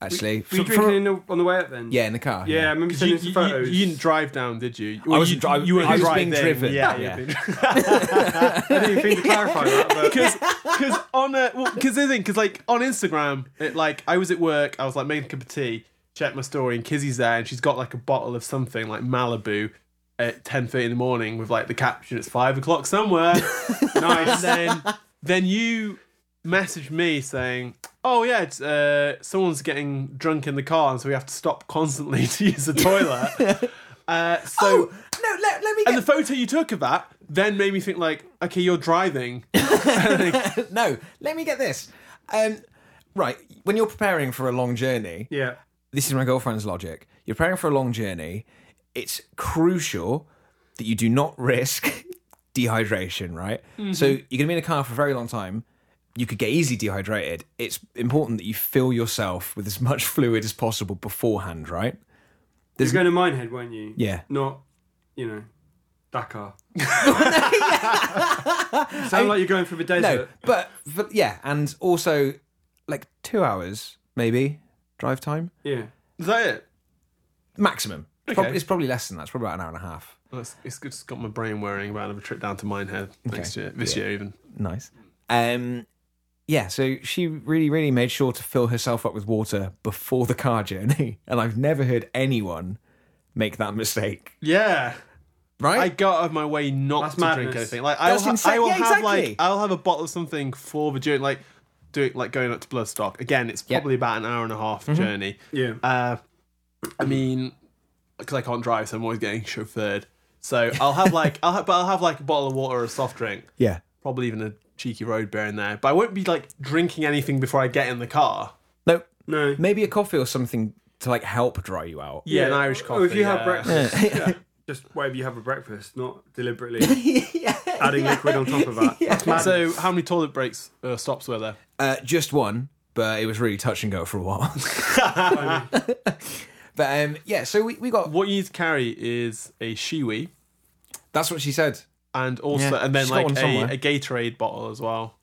[SPEAKER 4] actually.
[SPEAKER 5] Were you
[SPEAKER 4] Fr- fr-
[SPEAKER 5] drinking in the, on the way up then?
[SPEAKER 4] yeah, in the car.
[SPEAKER 5] yeah. I remember
[SPEAKER 3] You,
[SPEAKER 5] sending
[SPEAKER 3] you,
[SPEAKER 5] some
[SPEAKER 3] you,
[SPEAKER 5] photos.
[SPEAKER 3] you didn't drive down, did you?
[SPEAKER 4] I
[SPEAKER 3] Well,
[SPEAKER 4] wasn't
[SPEAKER 3] you,
[SPEAKER 4] driving-
[SPEAKER 3] You were
[SPEAKER 4] I was
[SPEAKER 3] driving.
[SPEAKER 4] being driven.
[SPEAKER 3] Yeah,
[SPEAKER 4] Yeah.
[SPEAKER 5] I didn't even think to clarify that. But
[SPEAKER 3] Because on a, well, because the thing, because like on Instagram, it like I was at work, I was like making a cup of tea, checked my story, and Kizzy's there, and she's got like a bottle of something like Malibu, at ten thirty in the morning with like the caption it's five o'clock somewhere.
[SPEAKER 5] Nice.
[SPEAKER 3] then then you message me saying, "Oh yeah, it's, uh, someone's getting drunk in the car, and so we have to stop constantly to use the toilet." uh, so.
[SPEAKER 4] no, let, let me
[SPEAKER 3] And the photo you took of that then made me think like, okay, you're driving.
[SPEAKER 4] no, let me get this. Um, right, when you're preparing for a long journey,
[SPEAKER 5] yeah.
[SPEAKER 4] this is my girlfriend's logic. You're preparing for a long journey. It's crucial that you do not risk dehydration, right? So you're going to be in a car for a very long time. You could get easily dehydrated. It's important that you fill yourself with as much fluid as possible beforehand, right?
[SPEAKER 5] You're going to Minehead, weren't you?
[SPEAKER 4] Yeah.
[SPEAKER 5] Not, you know, Dakar. you sound like you're going through the
[SPEAKER 4] No,
[SPEAKER 5] desert.
[SPEAKER 4] but, but yeah, and also like two hours maybe drive time
[SPEAKER 5] Yeah.
[SPEAKER 3] Is that it?
[SPEAKER 4] maximum. It's prob-
[SPEAKER 3] Okay.
[SPEAKER 4] it's probably less than that. It's probably about an hour and a half.
[SPEAKER 3] Well, it's, it's, it's got my brain worrying about another trip down to Minehead next year, this year even.
[SPEAKER 4] Nice. Um, yeah, so she really, really made sure to fill herself up with water before the car journey, and I've never heard anyone make that mistake.
[SPEAKER 3] Yeah, I
[SPEAKER 4] Right?
[SPEAKER 3] go out of my way not
[SPEAKER 5] That's
[SPEAKER 3] to drink
[SPEAKER 5] madness.
[SPEAKER 3] anything. Like I'll
[SPEAKER 4] That's
[SPEAKER 3] ha-
[SPEAKER 4] insane.
[SPEAKER 3] I will
[SPEAKER 4] Yeah,
[SPEAKER 3] have
[SPEAKER 4] exactly.
[SPEAKER 3] like I'll have a bottle of something for the journey, like do it like going up to Bloodstock. Again, it's
[SPEAKER 4] Yeah.
[SPEAKER 3] probably about an hour and a half
[SPEAKER 4] Mm-hmm.
[SPEAKER 3] journey.
[SPEAKER 5] Yeah.
[SPEAKER 3] Uh, I mean, because I can't drive, so I'm always getting chauffeured. So I'll have like I'll have, but I'll have like a bottle of water or a soft drink,
[SPEAKER 4] yeah.
[SPEAKER 3] probably even a cheeky road beer in there. But I won't be like drinking anything before I get in the car.
[SPEAKER 4] No,
[SPEAKER 5] No.
[SPEAKER 4] maybe a coffee or something to like help dry you out.
[SPEAKER 3] Yeah, an Irish coffee.
[SPEAKER 5] Or Oh, if you have
[SPEAKER 3] yeah.
[SPEAKER 5] breakfast, yeah. just whatever you have for breakfast, not deliberately adding liquid on top of that.
[SPEAKER 3] So how many toilet breaks uh, stops were there?
[SPEAKER 4] Uh, just one, but it was really touch and go for a while. but um, yeah, so we, we got
[SPEAKER 3] What you need to carry is a shiwi
[SPEAKER 4] that's what she said.
[SPEAKER 3] and also
[SPEAKER 4] Yeah.
[SPEAKER 3] and then
[SPEAKER 4] She's got one
[SPEAKER 3] like
[SPEAKER 4] somewhere.
[SPEAKER 3] a, a Gatorade bottle as well.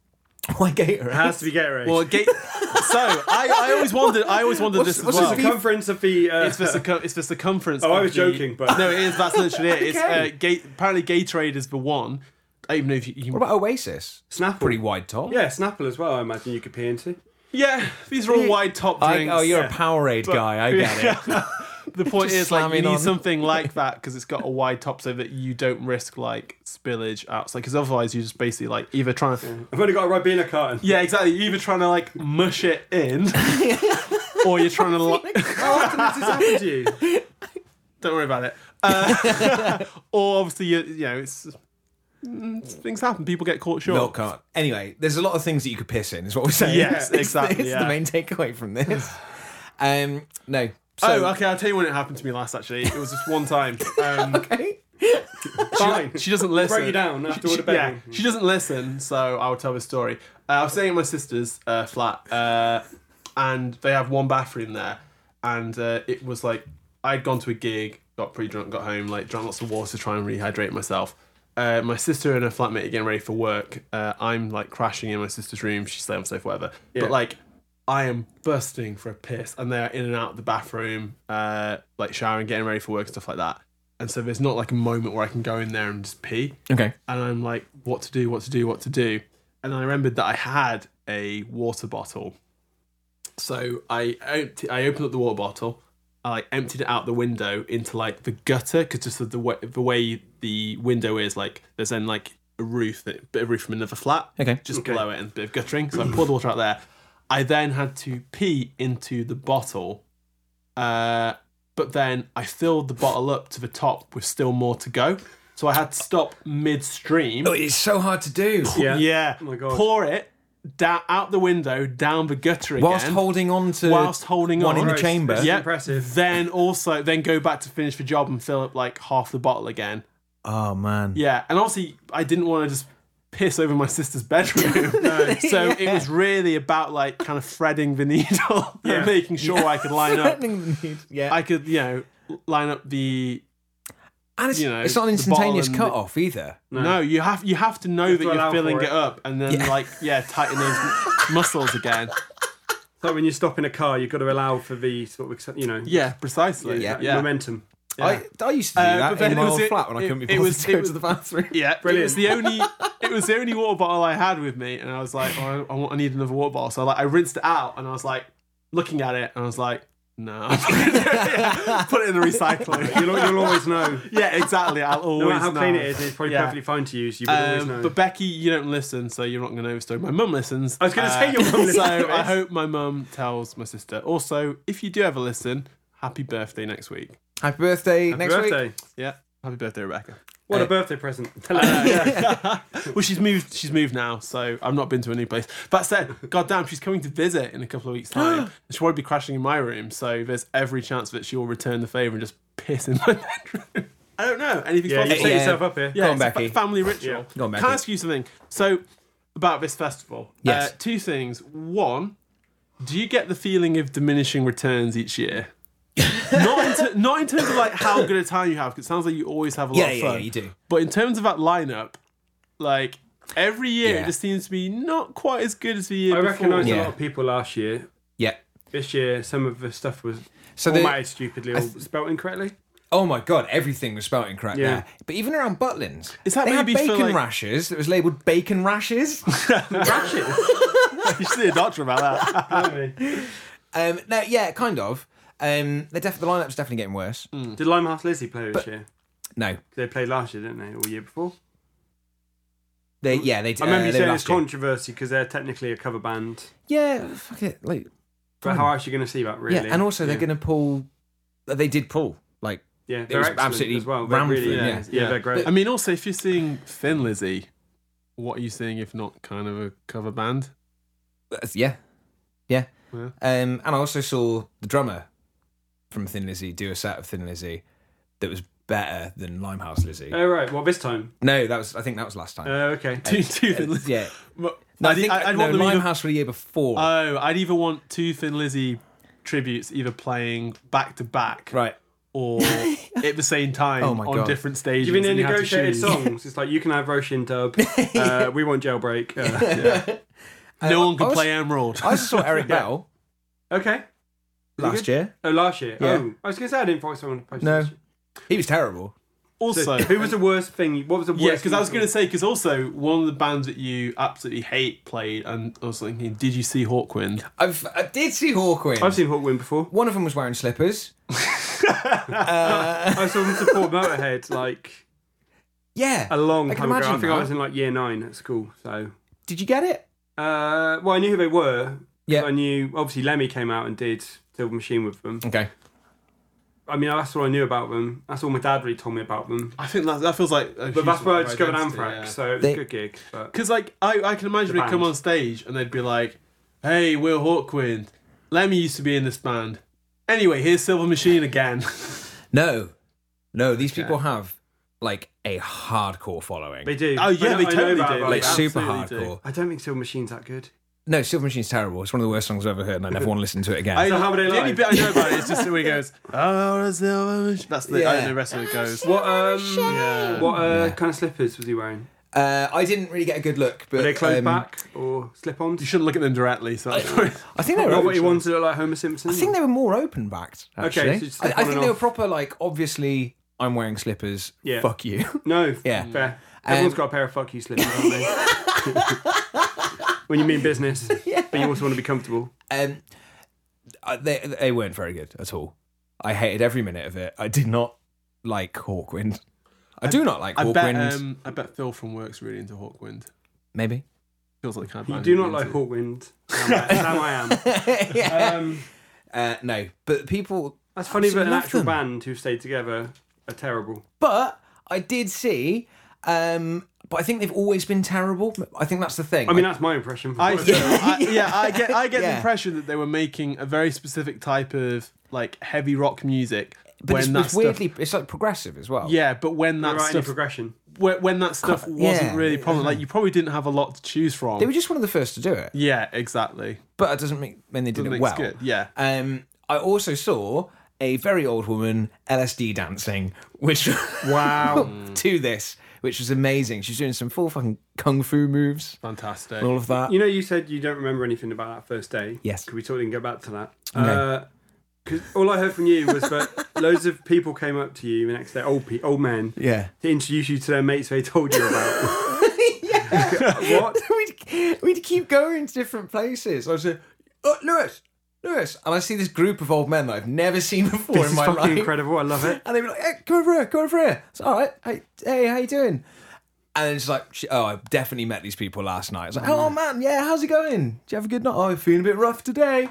[SPEAKER 4] Why Gatorade?
[SPEAKER 5] It has to be Gatorade.
[SPEAKER 3] Well, a Ga- so I, I always wondered. I always wondered
[SPEAKER 4] What's-
[SPEAKER 3] this as
[SPEAKER 4] what's the
[SPEAKER 3] well.
[SPEAKER 4] beef?
[SPEAKER 5] circumference of the. Uh,
[SPEAKER 3] It's the, circum- it's the circumference.
[SPEAKER 5] Oh, I
[SPEAKER 3] of
[SPEAKER 5] was
[SPEAKER 3] the-
[SPEAKER 5] joking, but-
[SPEAKER 3] no, it is. That's literally it. It's
[SPEAKER 4] Okay.
[SPEAKER 3] uh, Gate. Apparently, Gatorade is the one. I don't even know if you. you
[SPEAKER 4] What about Oasis?
[SPEAKER 5] Snapple.
[SPEAKER 4] Pretty wide top.
[SPEAKER 5] yeah, Snapple as well. I imagine you could pee into.
[SPEAKER 3] yeah, these are all wide top
[SPEAKER 4] I-
[SPEAKER 3] drinks.
[SPEAKER 4] oh, you're a
[SPEAKER 5] Yeah.
[SPEAKER 4] Powerade guy. I get it.
[SPEAKER 3] the point
[SPEAKER 4] Just
[SPEAKER 3] is like you
[SPEAKER 4] slamming
[SPEAKER 3] need
[SPEAKER 4] on.
[SPEAKER 3] something like that because it's got a wide top so that you don't risk like spillage outside. Because otherwise, you're just basically like either trying to
[SPEAKER 5] I've only got a Ribena carton.
[SPEAKER 3] Yeah, exactly. You're either trying to like mush it in, or you're trying to. Li-
[SPEAKER 5] How often has this happened to you?
[SPEAKER 3] Don't worry about it. Uh, or obviously, you, you know, it's, mm, things happen. People get caught short.
[SPEAKER 4] Milk cart. Anyway, there's a lot of things that you could piss in, is what we're saying.
[SPEAKER 3] Yes,
[SPEAKER 4] It's-
[SPEAKER 3] exactly,
[SPEAKER 4] It's the
[SPEAKER 3] yeah.
[SPEAKER 4] main takeaway from this. Um, no.
[SPEAKER 3] Oh,
[SPEAKER 4] So,
[SPEAKER 3] okay. I'll tell you when it happened to me last. Actually, it was just one time. Um,
[SPEAKER 4] okay.
[SPEAKER 5] Fine.
[SPEAKER 3] She doesn't listen.
[SPEAKER 5] Break you down after all the
[SPEAKER 3] She- yeah,
[SPEAKER 5] bedding.
[SPEAKER 3] she doesn't listen, so I'll tell the story. Uh, I was staying at my sister's uh, flat, uh, and they have one bathroom there, and uh, it was like I'd gone to a gig, got pretty drunk, got home, like drank lots of water to try and rehydrate myself. Uh, my sister and her flatmate are getting ready for work. Uh, I'm like crashing in my sister's room. She's staying on safe, whatever. But like, I am busting for a piss, and they're in and out of the bathroom, uh, like showering, getting ready for work, stuff like that. And so there's not like a moment where I can go in there and just pee.
[SPEAKER 4] Okay.
[SPEAKER 3] And I'm like, what to do, what to do, what to do. And I remembered that I had a water bottle. So I empty, I opened up the water bottle. I like emptied it out the window into like the gutter because just of the way the way the window is like there's then like a roof that bit of roof from another flat
[SPEAKER 4] Okay.
[SPEAKER 3] just below it and a bit of guttering. So I poured the water out there. I then had to pee into the bottle, uh, but then I filled the bottle up to the top with still more to go. So I had to stop midstream.
[SPEAKER 4] Oh, it's so hard to do.
[SPEAKER 5] Yeah.
[SPEAKER 3] yeah,
[SPEAKER 5] Oh my God.
[SPEAKER 3] pour it down out the window down the gutter again.
[SPEAKER 4] Whilst holding on to
[SPEAKER 3] Whilst holding
[SPEAKER 4] one
[SPEAKER 3] on.
[SPEAKER 4] in the
[SPEAKER 3] Gross.
[SPEAKER 4] chamber.
[SPEAKER 5] It's
[SPEAKER 3] Yeah.
[SPEAKER 5] impressive.
[SPEAKER 3] Then also then go back to finish the job and fill up like half the bottle again.
[SPEAKER 4] Oh man.
[SPEAKER 3] Yeah, and obviously I didn't want to just piss over my sister's bedroom. So it was really about like kind of threading the needle and making sure I could line up.
[SPEAKER 4] yeah.
[SPEAKER 3] I could, you know, line up the
[SPEAKER 4] and it's,
[SPEAKER 3] you know,
[SPEAKER 4] it's not an
[SPEAKER 3] the
[SPEAKER 4] instantaneous
[SPEAKER 3] bottle and
[SPEAKER 4] cut off either.
[SPEAKER 3] no. you have you have to know that
[SPEAKER 5] to allow
[SPEAKER 3] you're filling
[SPEAKER 5] for
[SPEAKER 3] it.
[SPEAKER 5] it.
[SPEAKER 3] up and then like yeah, tighten those muscles again.
[SPEAKER 5] So when you stop in a car, you've got to allow for the sort of, you know,
[SPEAKER 3] Yeah, precisely. Yeah.
[SPEAKER 5] that
[SPEAKER 3] Yeah.
[SPEAKER 5] momentum.
[SPEAKER 4] I, I used to do
[SPEAKER 3] Uh, but
[SPEAKER 4] that
[SPEAKER 3] then
[SPEAKER 4] in my
[SPEAKER 3] it was
[SPEAKER 4] old
[SPEAKER 3] it-
[SPEAKER 4] flat when I
[SPEAKER 3] it-
[SPEAKER 4] couldn't be
[SPEAKER 3] it
[SPEAKER 4] bothered
[SPEAKER 3] was-
[SPEAKER 4] to
[SPEAKER 3] it
[SPEAKER 4] go to
[SPEAKER 3] was-
[SPEAKER 4] the bathroom.
[SPEAKER 3] Yeah, it was
[SPEAKER 5] Brilliant.
[SPEAKER 3] the only it was the only water bottle I had with me, and I was like, oh, I, I want- I need another water bottle. So like, I rinsed it out, and I was like, looking at it, and I was like, No. Put it in the recycling.
[SPEAKER 5] You'll, you'll always know.
[SPEAKER 3] yeah, exactly. I'll always
[SPEAKER 5] No matter how
[SPEAKER 3] know.
[SPEAKER 5] clean it is, it's probably
[SPEAKER 3] Yeah.
[SPEAKER 5] perfectly fine to use. You would always
[SPEAKER 3] Um,
[SPEAKER 5] know.
[SPEAKER 3] but Becky, you don't listen, so you're not going to overstow. My mum listens. Uh,
[SPEAKER 5] I was gonna say your mum listens
[SPEAKER 3] So
[SPEAKER 5] to this.
[SPEAKER 3] I hope my mum tells my sister. Also, if you do ever listen, happy birthday next week.
[SPEAKER 4] Happy birthday next
[SPEAKER 5] birthday.
[SPEAKER 4] week.
[SPEAKER 3] Yeah, happy birthday, Rebecca.
[SPEAKER 5] What
[SPEAKER 4] Uh,
[SPEAKER 5] a birthday present.
[SPEAKER 3] Well, she's moved. She's moved now, so I've not been to a new place. That said, goddamn, she's coming to visit in a couple of weeks' time. and she won't be crashing in my room, so there's every chance that she'll return the favor and just piss in my bedroom. I don't know. Anything's
[SPEAKER 5] Yeah, you
[SPEAKER 3] possible.
[SPEAKER 5] set yourself up here.
[SPEAKER 3] Yeah,
[SPEAKER 4] Go on,
[SPEAKER 3] it's a
[SPEAKER 4] Becky.
[SPEAKER 3] fa- family ritual.
[SPEAKER 5] Yeah.
[SPEAKER 4] Go on, Becky.
[SPEAKER 3] Can I ask you something? So, about this festival.
[SPEAKER 4] Yes.
[SPEAKER 3] Uh, two things. One, do you get the feeling of diminishing returns each year? not, in ter- not in terms of like how good a time you have, 'cause it sounds like you always have a lot
[SPEAKER 4] Yeah,
[SPEAKER 3] of
[SPEAKER 4] yeah,
[SPEAKER 3] fun.
[SPEAKER 4] yeah, you do.
[SPEAKER 3] But in terms of that lineup, like every year
[SPEAKER 4] Yeah.
[SPEAKER 3] it just seems to be not quite as good as the year
[SPEAKER 5] I
[SPEAKER 3] before.
[SPEAKER 5] recognised
[SPEAKER 4] Yeah.
[SPEAKER 5] a lot of people last year.
[SPEAKER 4] Yeah.
[SPEAKER 5] This year, some of the stuff was
[SPEAKER 4] So the-
[SPEAKER 5] formatted stupidly or spelt incorrectly.
[SPEAKER 4] Oh my god, everything was spelt incorrect
[SPEAKER 5] Yeah.
[SPEAKER 4] there. But even around Butlins,
[SPEAKER 3] Is that
[SPEAKER 4] they had
[SPEAKER 3] maybe for,
[SPEAKER 4] bacon
[SPEAKER 3] like-
[SPEAKER 4] rashes that was labelled bacon rashes.
[SPEAKER 3] you should see a doctor about that.
[SPEAKER 5] Did
[SPEAKER 4] um, no, yeah, kind of. Um, they're def- the lineup's definitely getting worse.
[SPEAKER 5] Limehouse Lizzie play this year?
[SPEAKER 4] No,
[SPEAKER 5] They played last year, didn't they? Or year before?
[SPEAKER 4] they yeah they.
[SPEAKER 5] I remember
[SPEAKER 4] uh, they
[SPEAKER 5] you saying
[SPEAKER 4] were
[SPEAKER 5] it's
[SPEAKER 4] last year.
[SPEAKER 5] controversy because they're technically a cover band.
[SPEAKER 4] Yeah, fuck it, like
[SPEAKER 5] But how else are you going to see that, really?
[SPEAKER 4] Hmm. yeah, and also they're going to pull. They did pull like
[SPEAKER 5] Yeah,
[SPEAKER 4] was
[SPEAKER 5] they're absolutely
[SPEAKER 4] absolutely
[SPEAKER 5] as well. They're
[SPEAKER 4] rammed
[SPEAKER 5] really,
[SPEAKER 4] through,
[SPEAKER 5] yeah,
[SPEAKER 4] yeah.
[SPEAKER 5] yeah, they're great.
[SPEAKER 3] I mean, also if you're seeing Thin Lizzy, what are you seeing if not kind of a cover band?
[SPEAKER 4] That's- Yeah, yeah.
[SPEAKER 3] Yeah.
[SPEAKER 4] Um, and I also saw the drummer from Thin Lizzy do a set of Thin Lizzy that was better than Limehouse Lizzy.
[SPEAKER 5] Oh right, well this time.
[SPEAKER 4] no, that was I think that was last time.
[SPEAKER 5] Uh, okay.
[SPEAKER 3] Two, two Thin Lizzy.
[SPEAKER 4] yeah,
[SPEAKER 3] Well,
[SPEAKER 4] no, I
[SPEAKER 3] I'd- e-
[SPEAKER 4] think
[SPEAKER 3] I'd
[SPEAKER 4] no,
[SPEAKER 3] want them either-
[SPEAKER 4] Limehouse for the year before.
[SPEAKER 3] Oh, I'd either want two Thin Lizzy tributes either playing back to back
[SPEAKER 4] right.
[SPEAKER 3] or at the same time
[SPEAKER 4] Oh my
[SPEAKER 3] on
[SPEAKER 4] God.
[SPEAKER 3] different stages.
[SPEAKER 5] Even in
[SPEAKER 3] and you have to
[SPEAKER 5] negotiated
[SPEAKER 3] choose.
[SPEAKER 5] songs, it's like you can have Roshan dub. Uh, we want jailbreak. Uh,
[SPEAKER 3] No one
[SPEAKER 4] Uh, I
[SPEAKER 3] can
[SPEAKER 4] was-
[SPEAKER 3] play Emerald.
[SPEAKER 4] I also saw Eric Bell
[SPEAKER 5] okay.
[SPEAKER 4] last year.
[SPEAKER 5] Oh, last year.
[SPEAKER 4] Yeah.
[SPEAKER 5] Oh, I was going to say I didn't find someone to post.
[SPEAKER 4] No.
[SPEAKER 5] this.
[SPEAKER 4] He was terrible.
[SPEAKER 3] Also,
[SPEAKER 5] So, who was the worst thing? What was the worst?
[SPEAKER 3] Yeah, because I
[SPEAKER 5] thing-
[SPEAKER 3] was going to say because also one of the bands that you absolutely hate played, and I was thinking, did you see Hawkwind?
[SPEAKER 4] I've, I did see Hawkwind.
[SPEAKER 5] I've seen Hawkwind before.
[SPEAKER 4] One of them was wearing slippers.
[SPEAKER 5] I saw them support Motorhead like
[SPEAKER 4] Yeah,
[SPEAKER 5] a long
[SPEAKER 4] I can
[SPEAKER 5] time ago. I
[SPEAKER 4] imagine
[SPEAKER 5] think I was
[SPEAKER 4] that.
[SPEAKER 5] in like year nine at school. So,
[SPEAKER 4] Did you get it?
[SPEAKER 5] uh, well, I knew who they were.
[SPEAKER 4] Yeah.
[SPEAKER 5] I knew obviously Lemmy came out and did Silver Machine with them.
[SPEAKER 4] Okay.
[SPEAKER 5] I mean, that's all I knew about them. That's all my dad really told me about them.
[SPEAKER 3] I think that that feels like,
[SPEAKER 5] But that's where I discovered Anthrax, so it was
[SPEAKER 4] They-
[SPEAKER 5] a good gig. But
[SPEAKER 3] Because like I, I can imagine
[SPEAKER 5] The
[SPEAKER 3] it come
[SPEAKER 5] band.
[SPEAKER 3] on stage and they'd be like, "Hey, we're Hawkwind. Lemmy used to be in this band. Anyway, here's Silver Machine again."
[SPEAKER 4] No, no. These people have like a hardcore following.
[SPEAKER 5] they do.
[SPEAKER 3] Oh, yeah,
[SPEAKER 5] I know-
[SPEAKER 3] they
[SPEAKER 5] I know
[SPEAKER 3] totally
[SPEAKER 5] about
[SPEAKER 3] do.
[SPEAKER 5] them.
[SPEAKER 4] like
[SPEAKER 3] They
[SPEAKER 4] super
[SPEAKER 3] absolutely do.
[SPEAKER 4] hardcore.
[SPEAKER 5] I don't think Silver Machine's that good.
[SPEAKER 4] No, Silver Machine's terrible. It's one of the worst songs I've ever heard, and I never want to listen to it again.
[SPEAKER 5] So how were they
[SPEAKER 3] the only
[SPEAKER 5] live?
[SPEAKER 3] bit I know about it is just where he goes, "Oh, a Silver Machine." That's the I don't
[SPEAKER 4] Yeah.
[SPEAKER 3] know the rest of it goes.
[SPEAKER 5] What um,
[SPEAKER 3] Yeah.
[SPEAKER 5] what uh, kind of slippers was he wearing?
[SPEAKER 4] Uh, I didn't really get a good look, but
[SPEAKER 5] Were they closed
[SPEAKER 4] um,
[SPEAKER 5] back or slip-ons?
[SPEAKER 3] You shouldn't look at them directly. So that's
[SPEAKER 4] I think they were.
[SPEAKER 5] Not what he
[SPEAKER 4] open-
[SPEAKER 5] wanted to look like Homer Simpson.
[SPEAKER 4] I think they were more open backed.
[SPEAKER 5] Okay,
[SPEAKER 4] Actually,
[SPEAKER 5] so just
[SPEAKER 4] I,
[SPEAKER 5] slip
[SPEAKER 4] I
[SPEAKER 5] on
[SPEAKER 4] think
[SPEAKER 5] and
[SPEAKER 4] they were
[SPEAKER 5] off.
[SPEAKER 4] proper. Like, obviously, I'm wearing slippers.
[SPEAKER 5] Yeah.
[SPEAKER 4] Fuck you.
[SPEAKER 5] no.
[SPEAKER 4] Yeah. Um,
[SPEAKER 5] Fair. Everyone's got a pair of fuck you slippers, haven't they? when you mean business, but you also want to be comfortable.
[SPEAKER 4] Um, uh, they they weren't very good at all. I hated every minute of it. I did not like Hawkwind. I, do not like
[SPEAKER 3] I
[SPEAKER 4] Hawkwind.
[SPEAKER 3] bet um, I bet Phil from Works really into Hawkwind.
[SPEAKER 4] Maybe.
[SPEAKER 3] Feels like the kind of
[SPEAKER 5] You
[SPEAKER 3] band
[SPEAKER 5] do
[SPEAKER 3] he'd
[SPEAKER 5] not
[SPEAKER 3] be
[SPEAKER 5] like
[SPEAKER 3] into.
[SPEAKER 5] Hawkwind. Sam I- Sam I am.
[SPEAKER 4] yeah.
[SPEAKER 5] Um,
[SPEAKER 4] uh, no, but people.
[SPEAKER 5] that's funny, but an
[SPEAKER 4] love
[SPEAKER 5] actual
[SPEAKER 4] them.
[SPEAKER 5] band who stayed together are terrible.
[SPEAKER 4] But I did see. Um, but I think they've always been terrible. I think that's the thing.
[SPEAKER 5] I mean, that's my impression. From
[SPEAKER 3] I,
[SPEAKER 5] Hawkwind.
[SPEAKER 3] I- yeah, I get I get the
[SPEAKER 4] Yeah.
[SPEAKER 3] impression that they were making a very specific type of like heavy rock music
[SPEAKER 4] but
[SPEAKER 3] when
[SPEAKER 4] it's,
[SPEAKER 3] that
[SPEAKER 4] it's weirdly, it's like progressive as well.
[SPEAKER 3] stuff, yeah, but when that
[SPEAKER 5] Right, any
[SPEAKER 3] stuff
[SPEAKER 5] progression.
[SPEAKER 3] when, when that stuff wasn't
[SPEAKER 4] yeah.
[SPEAKER 3] really prominent, like you probably didn't have a lot to choose from.
[SPEAKER 4] They were just one of the first to do it.
[SPEAKER 3] yeah, exactly.
[SPEAKER 4] But it doesn't mean when they did
[SPEAKER 3] Doesn't
[SPEAKER 4] it
[SPEAKER 3] make
[SPEAKER 4] well.
[SPEAKER 3] it's good. Yeah.
[SPEAKER 4] Um, I also saw a very old woman LSD dancing, which wow to this, which was amazing. She's doing some full fucking kung fu moves
[SPEAKER 3] Fantastic.
[SPEAKER 4] and all of that.
[SPEAKER 5] You know, you said you don't remember anything about that first day.
[SPEAKER 4] Yes.
[SPEAKER 5] Could we totally go back to that? Because all I heard from you was that loads of people came up to you the next day, old pe- old men,
[SPEAKER 4] Yeah.
[SPEAKER 5] to introduce you to their mates they told you about. what?
[SPEAKER 4] we'd, we'd keep going to different places. I was like, oh, Lewis, Lewis. And I see this group of old men that I've never seen before
[SPEAKER 5] This
[SPEAKER 4] in
[SPEAKER 5] is
[SPEAKER 4] my
[SPEAKER 5] fucking
[SPEAKER 4] life.
[SPEAKER 5] incredible. I love it.
[SPEAKER 4] And they'd be like, hey, come over here, come over here. It's all right. Hey, hey, how you doing? And it's like, sh- oh, I definitely met these people last night. It's like,
[SPEAKER 5] Mm.
[SPEAKER 4] oh, man, yeah, how's it going? Do you have a good night? Oh, I'm feeling a bit rough today.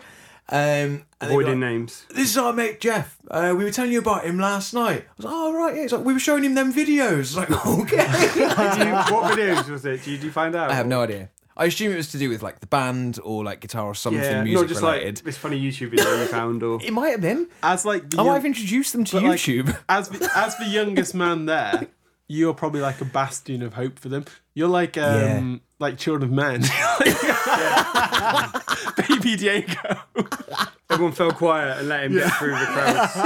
[SPEAKER 4] Um, and they'd be
[SPEAKER 5] Avoiding
[SPEAKER 4] like,
[SPEAKER 5] names.
[SPEAKER 4] this is our mate Jeff. Uh, we were telling you about him last night. I was like, oh, right, yeah. It's like, we were showing him them videos. It's like, okay.
[SPEAKER 5] Did you, what videos was it? Did you find out?
[SPEAKER 4] I have no idea. I assume it was to do with like the band or like guitar or something
[SPEAKER 5] Yeah,
[SPEAKER 4] music
[SPEAKER 5] not just
[SPEAKER 4] related.
[SPEAKER 5] like this funny YouTube video you found, or
[SPEAKER 4] it might have been.
[SPEAKER 3] As like the
[SPEAKER 4] I might
[SPEAKER 3] young-
[SPEAKER 4] have introduced them to
[SPEAKER 3] but, like,
[SPEAKER 4] YouTube.
[SPEAKER 3] as the, as the youngest man there, you're probably like a bastion of hope for them. You're like um
[SPEAKER 4] Yeah.
[SPEAKER 3] like children of men, baby Diego.
[SPEAKER 5] everyone fell quiet and let him get through the crowds.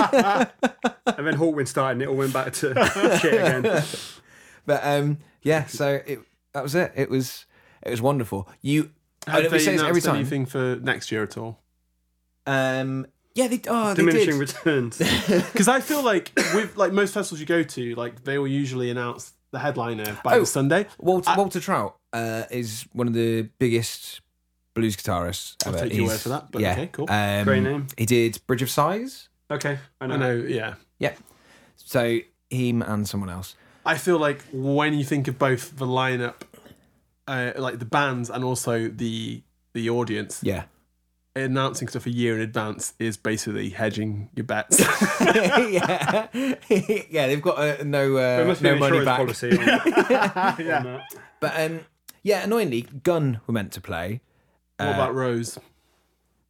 [SPEAKER 5] and then Hawkwind started, and it all went back to shit again.
[SPEAKER 4] But um, yeah, so it that was it. It was it was wonderful. You I
[SPEAKER 3] Have
[SPEAKER 4] don't know, we
[SPEAKER 3] they
[SPEAKER 4] say this
[SPEAKER 3] announced
[SPEAKER 4] every time.
[SPEAKER 3] anything for next year at all?
[SPEAKER 4] Um, yeah, they oh they
[SPEAKER 5] Diminishing
[SPEAKER 4] did.
[SPEAKER 5] returns.
[SPEAKER 3] Because I feel like with like most festivals you go to, like they will usually announce the headliner by
[SPEAKER 4] Oh.
[SPEAKER 3] the Sunday.
[SPEAKER 4] Walter,
[SPEAKER 3] I-
[SPEAKER 4] Walter Trout uh, is one of the biggest blues guitarists. I'll
[SPEAKER 3] take your word for that, but okay, cool.
[SPEAKER 4] Um,
[SPEAKER 5] Great name.
[SPEAKER 4] He did Bridge of Sighs.
[SPEAKER 5] Okay, I know.
[SPEAKER 3] I know, yeah.
[SPEAKER 4] Yeah, so him and someone else.
[SPEAKER 3] I feel like when you think of both the lineup, uh, like the bands and also the the audience,
[SPEAKER 4] Yeah,
[SPEAKER 3] announcing stuff a year in advance is basically hedging your bets.
[SPEAKER 4] yeah, yeah. They've got uh, no
[SPEAKER 5] There
[SPEAKER 4] uh,
[SPEAKER 5] must be
[SPEAKER 4] no
[SPEAKER 5] an
[SPEAKER 4] money
[SPEAKER 5] insurance
[SPEAKER 4] back.
[SPEAKER 5] policy. On, on that.
[SPEAKER 4] But um, yeah, annoyingly, Gun were meant to play. Uh,
[SPEAKER 3] what
[SPEAKER 5] Uh,
[SPEAKER 3] about Rose?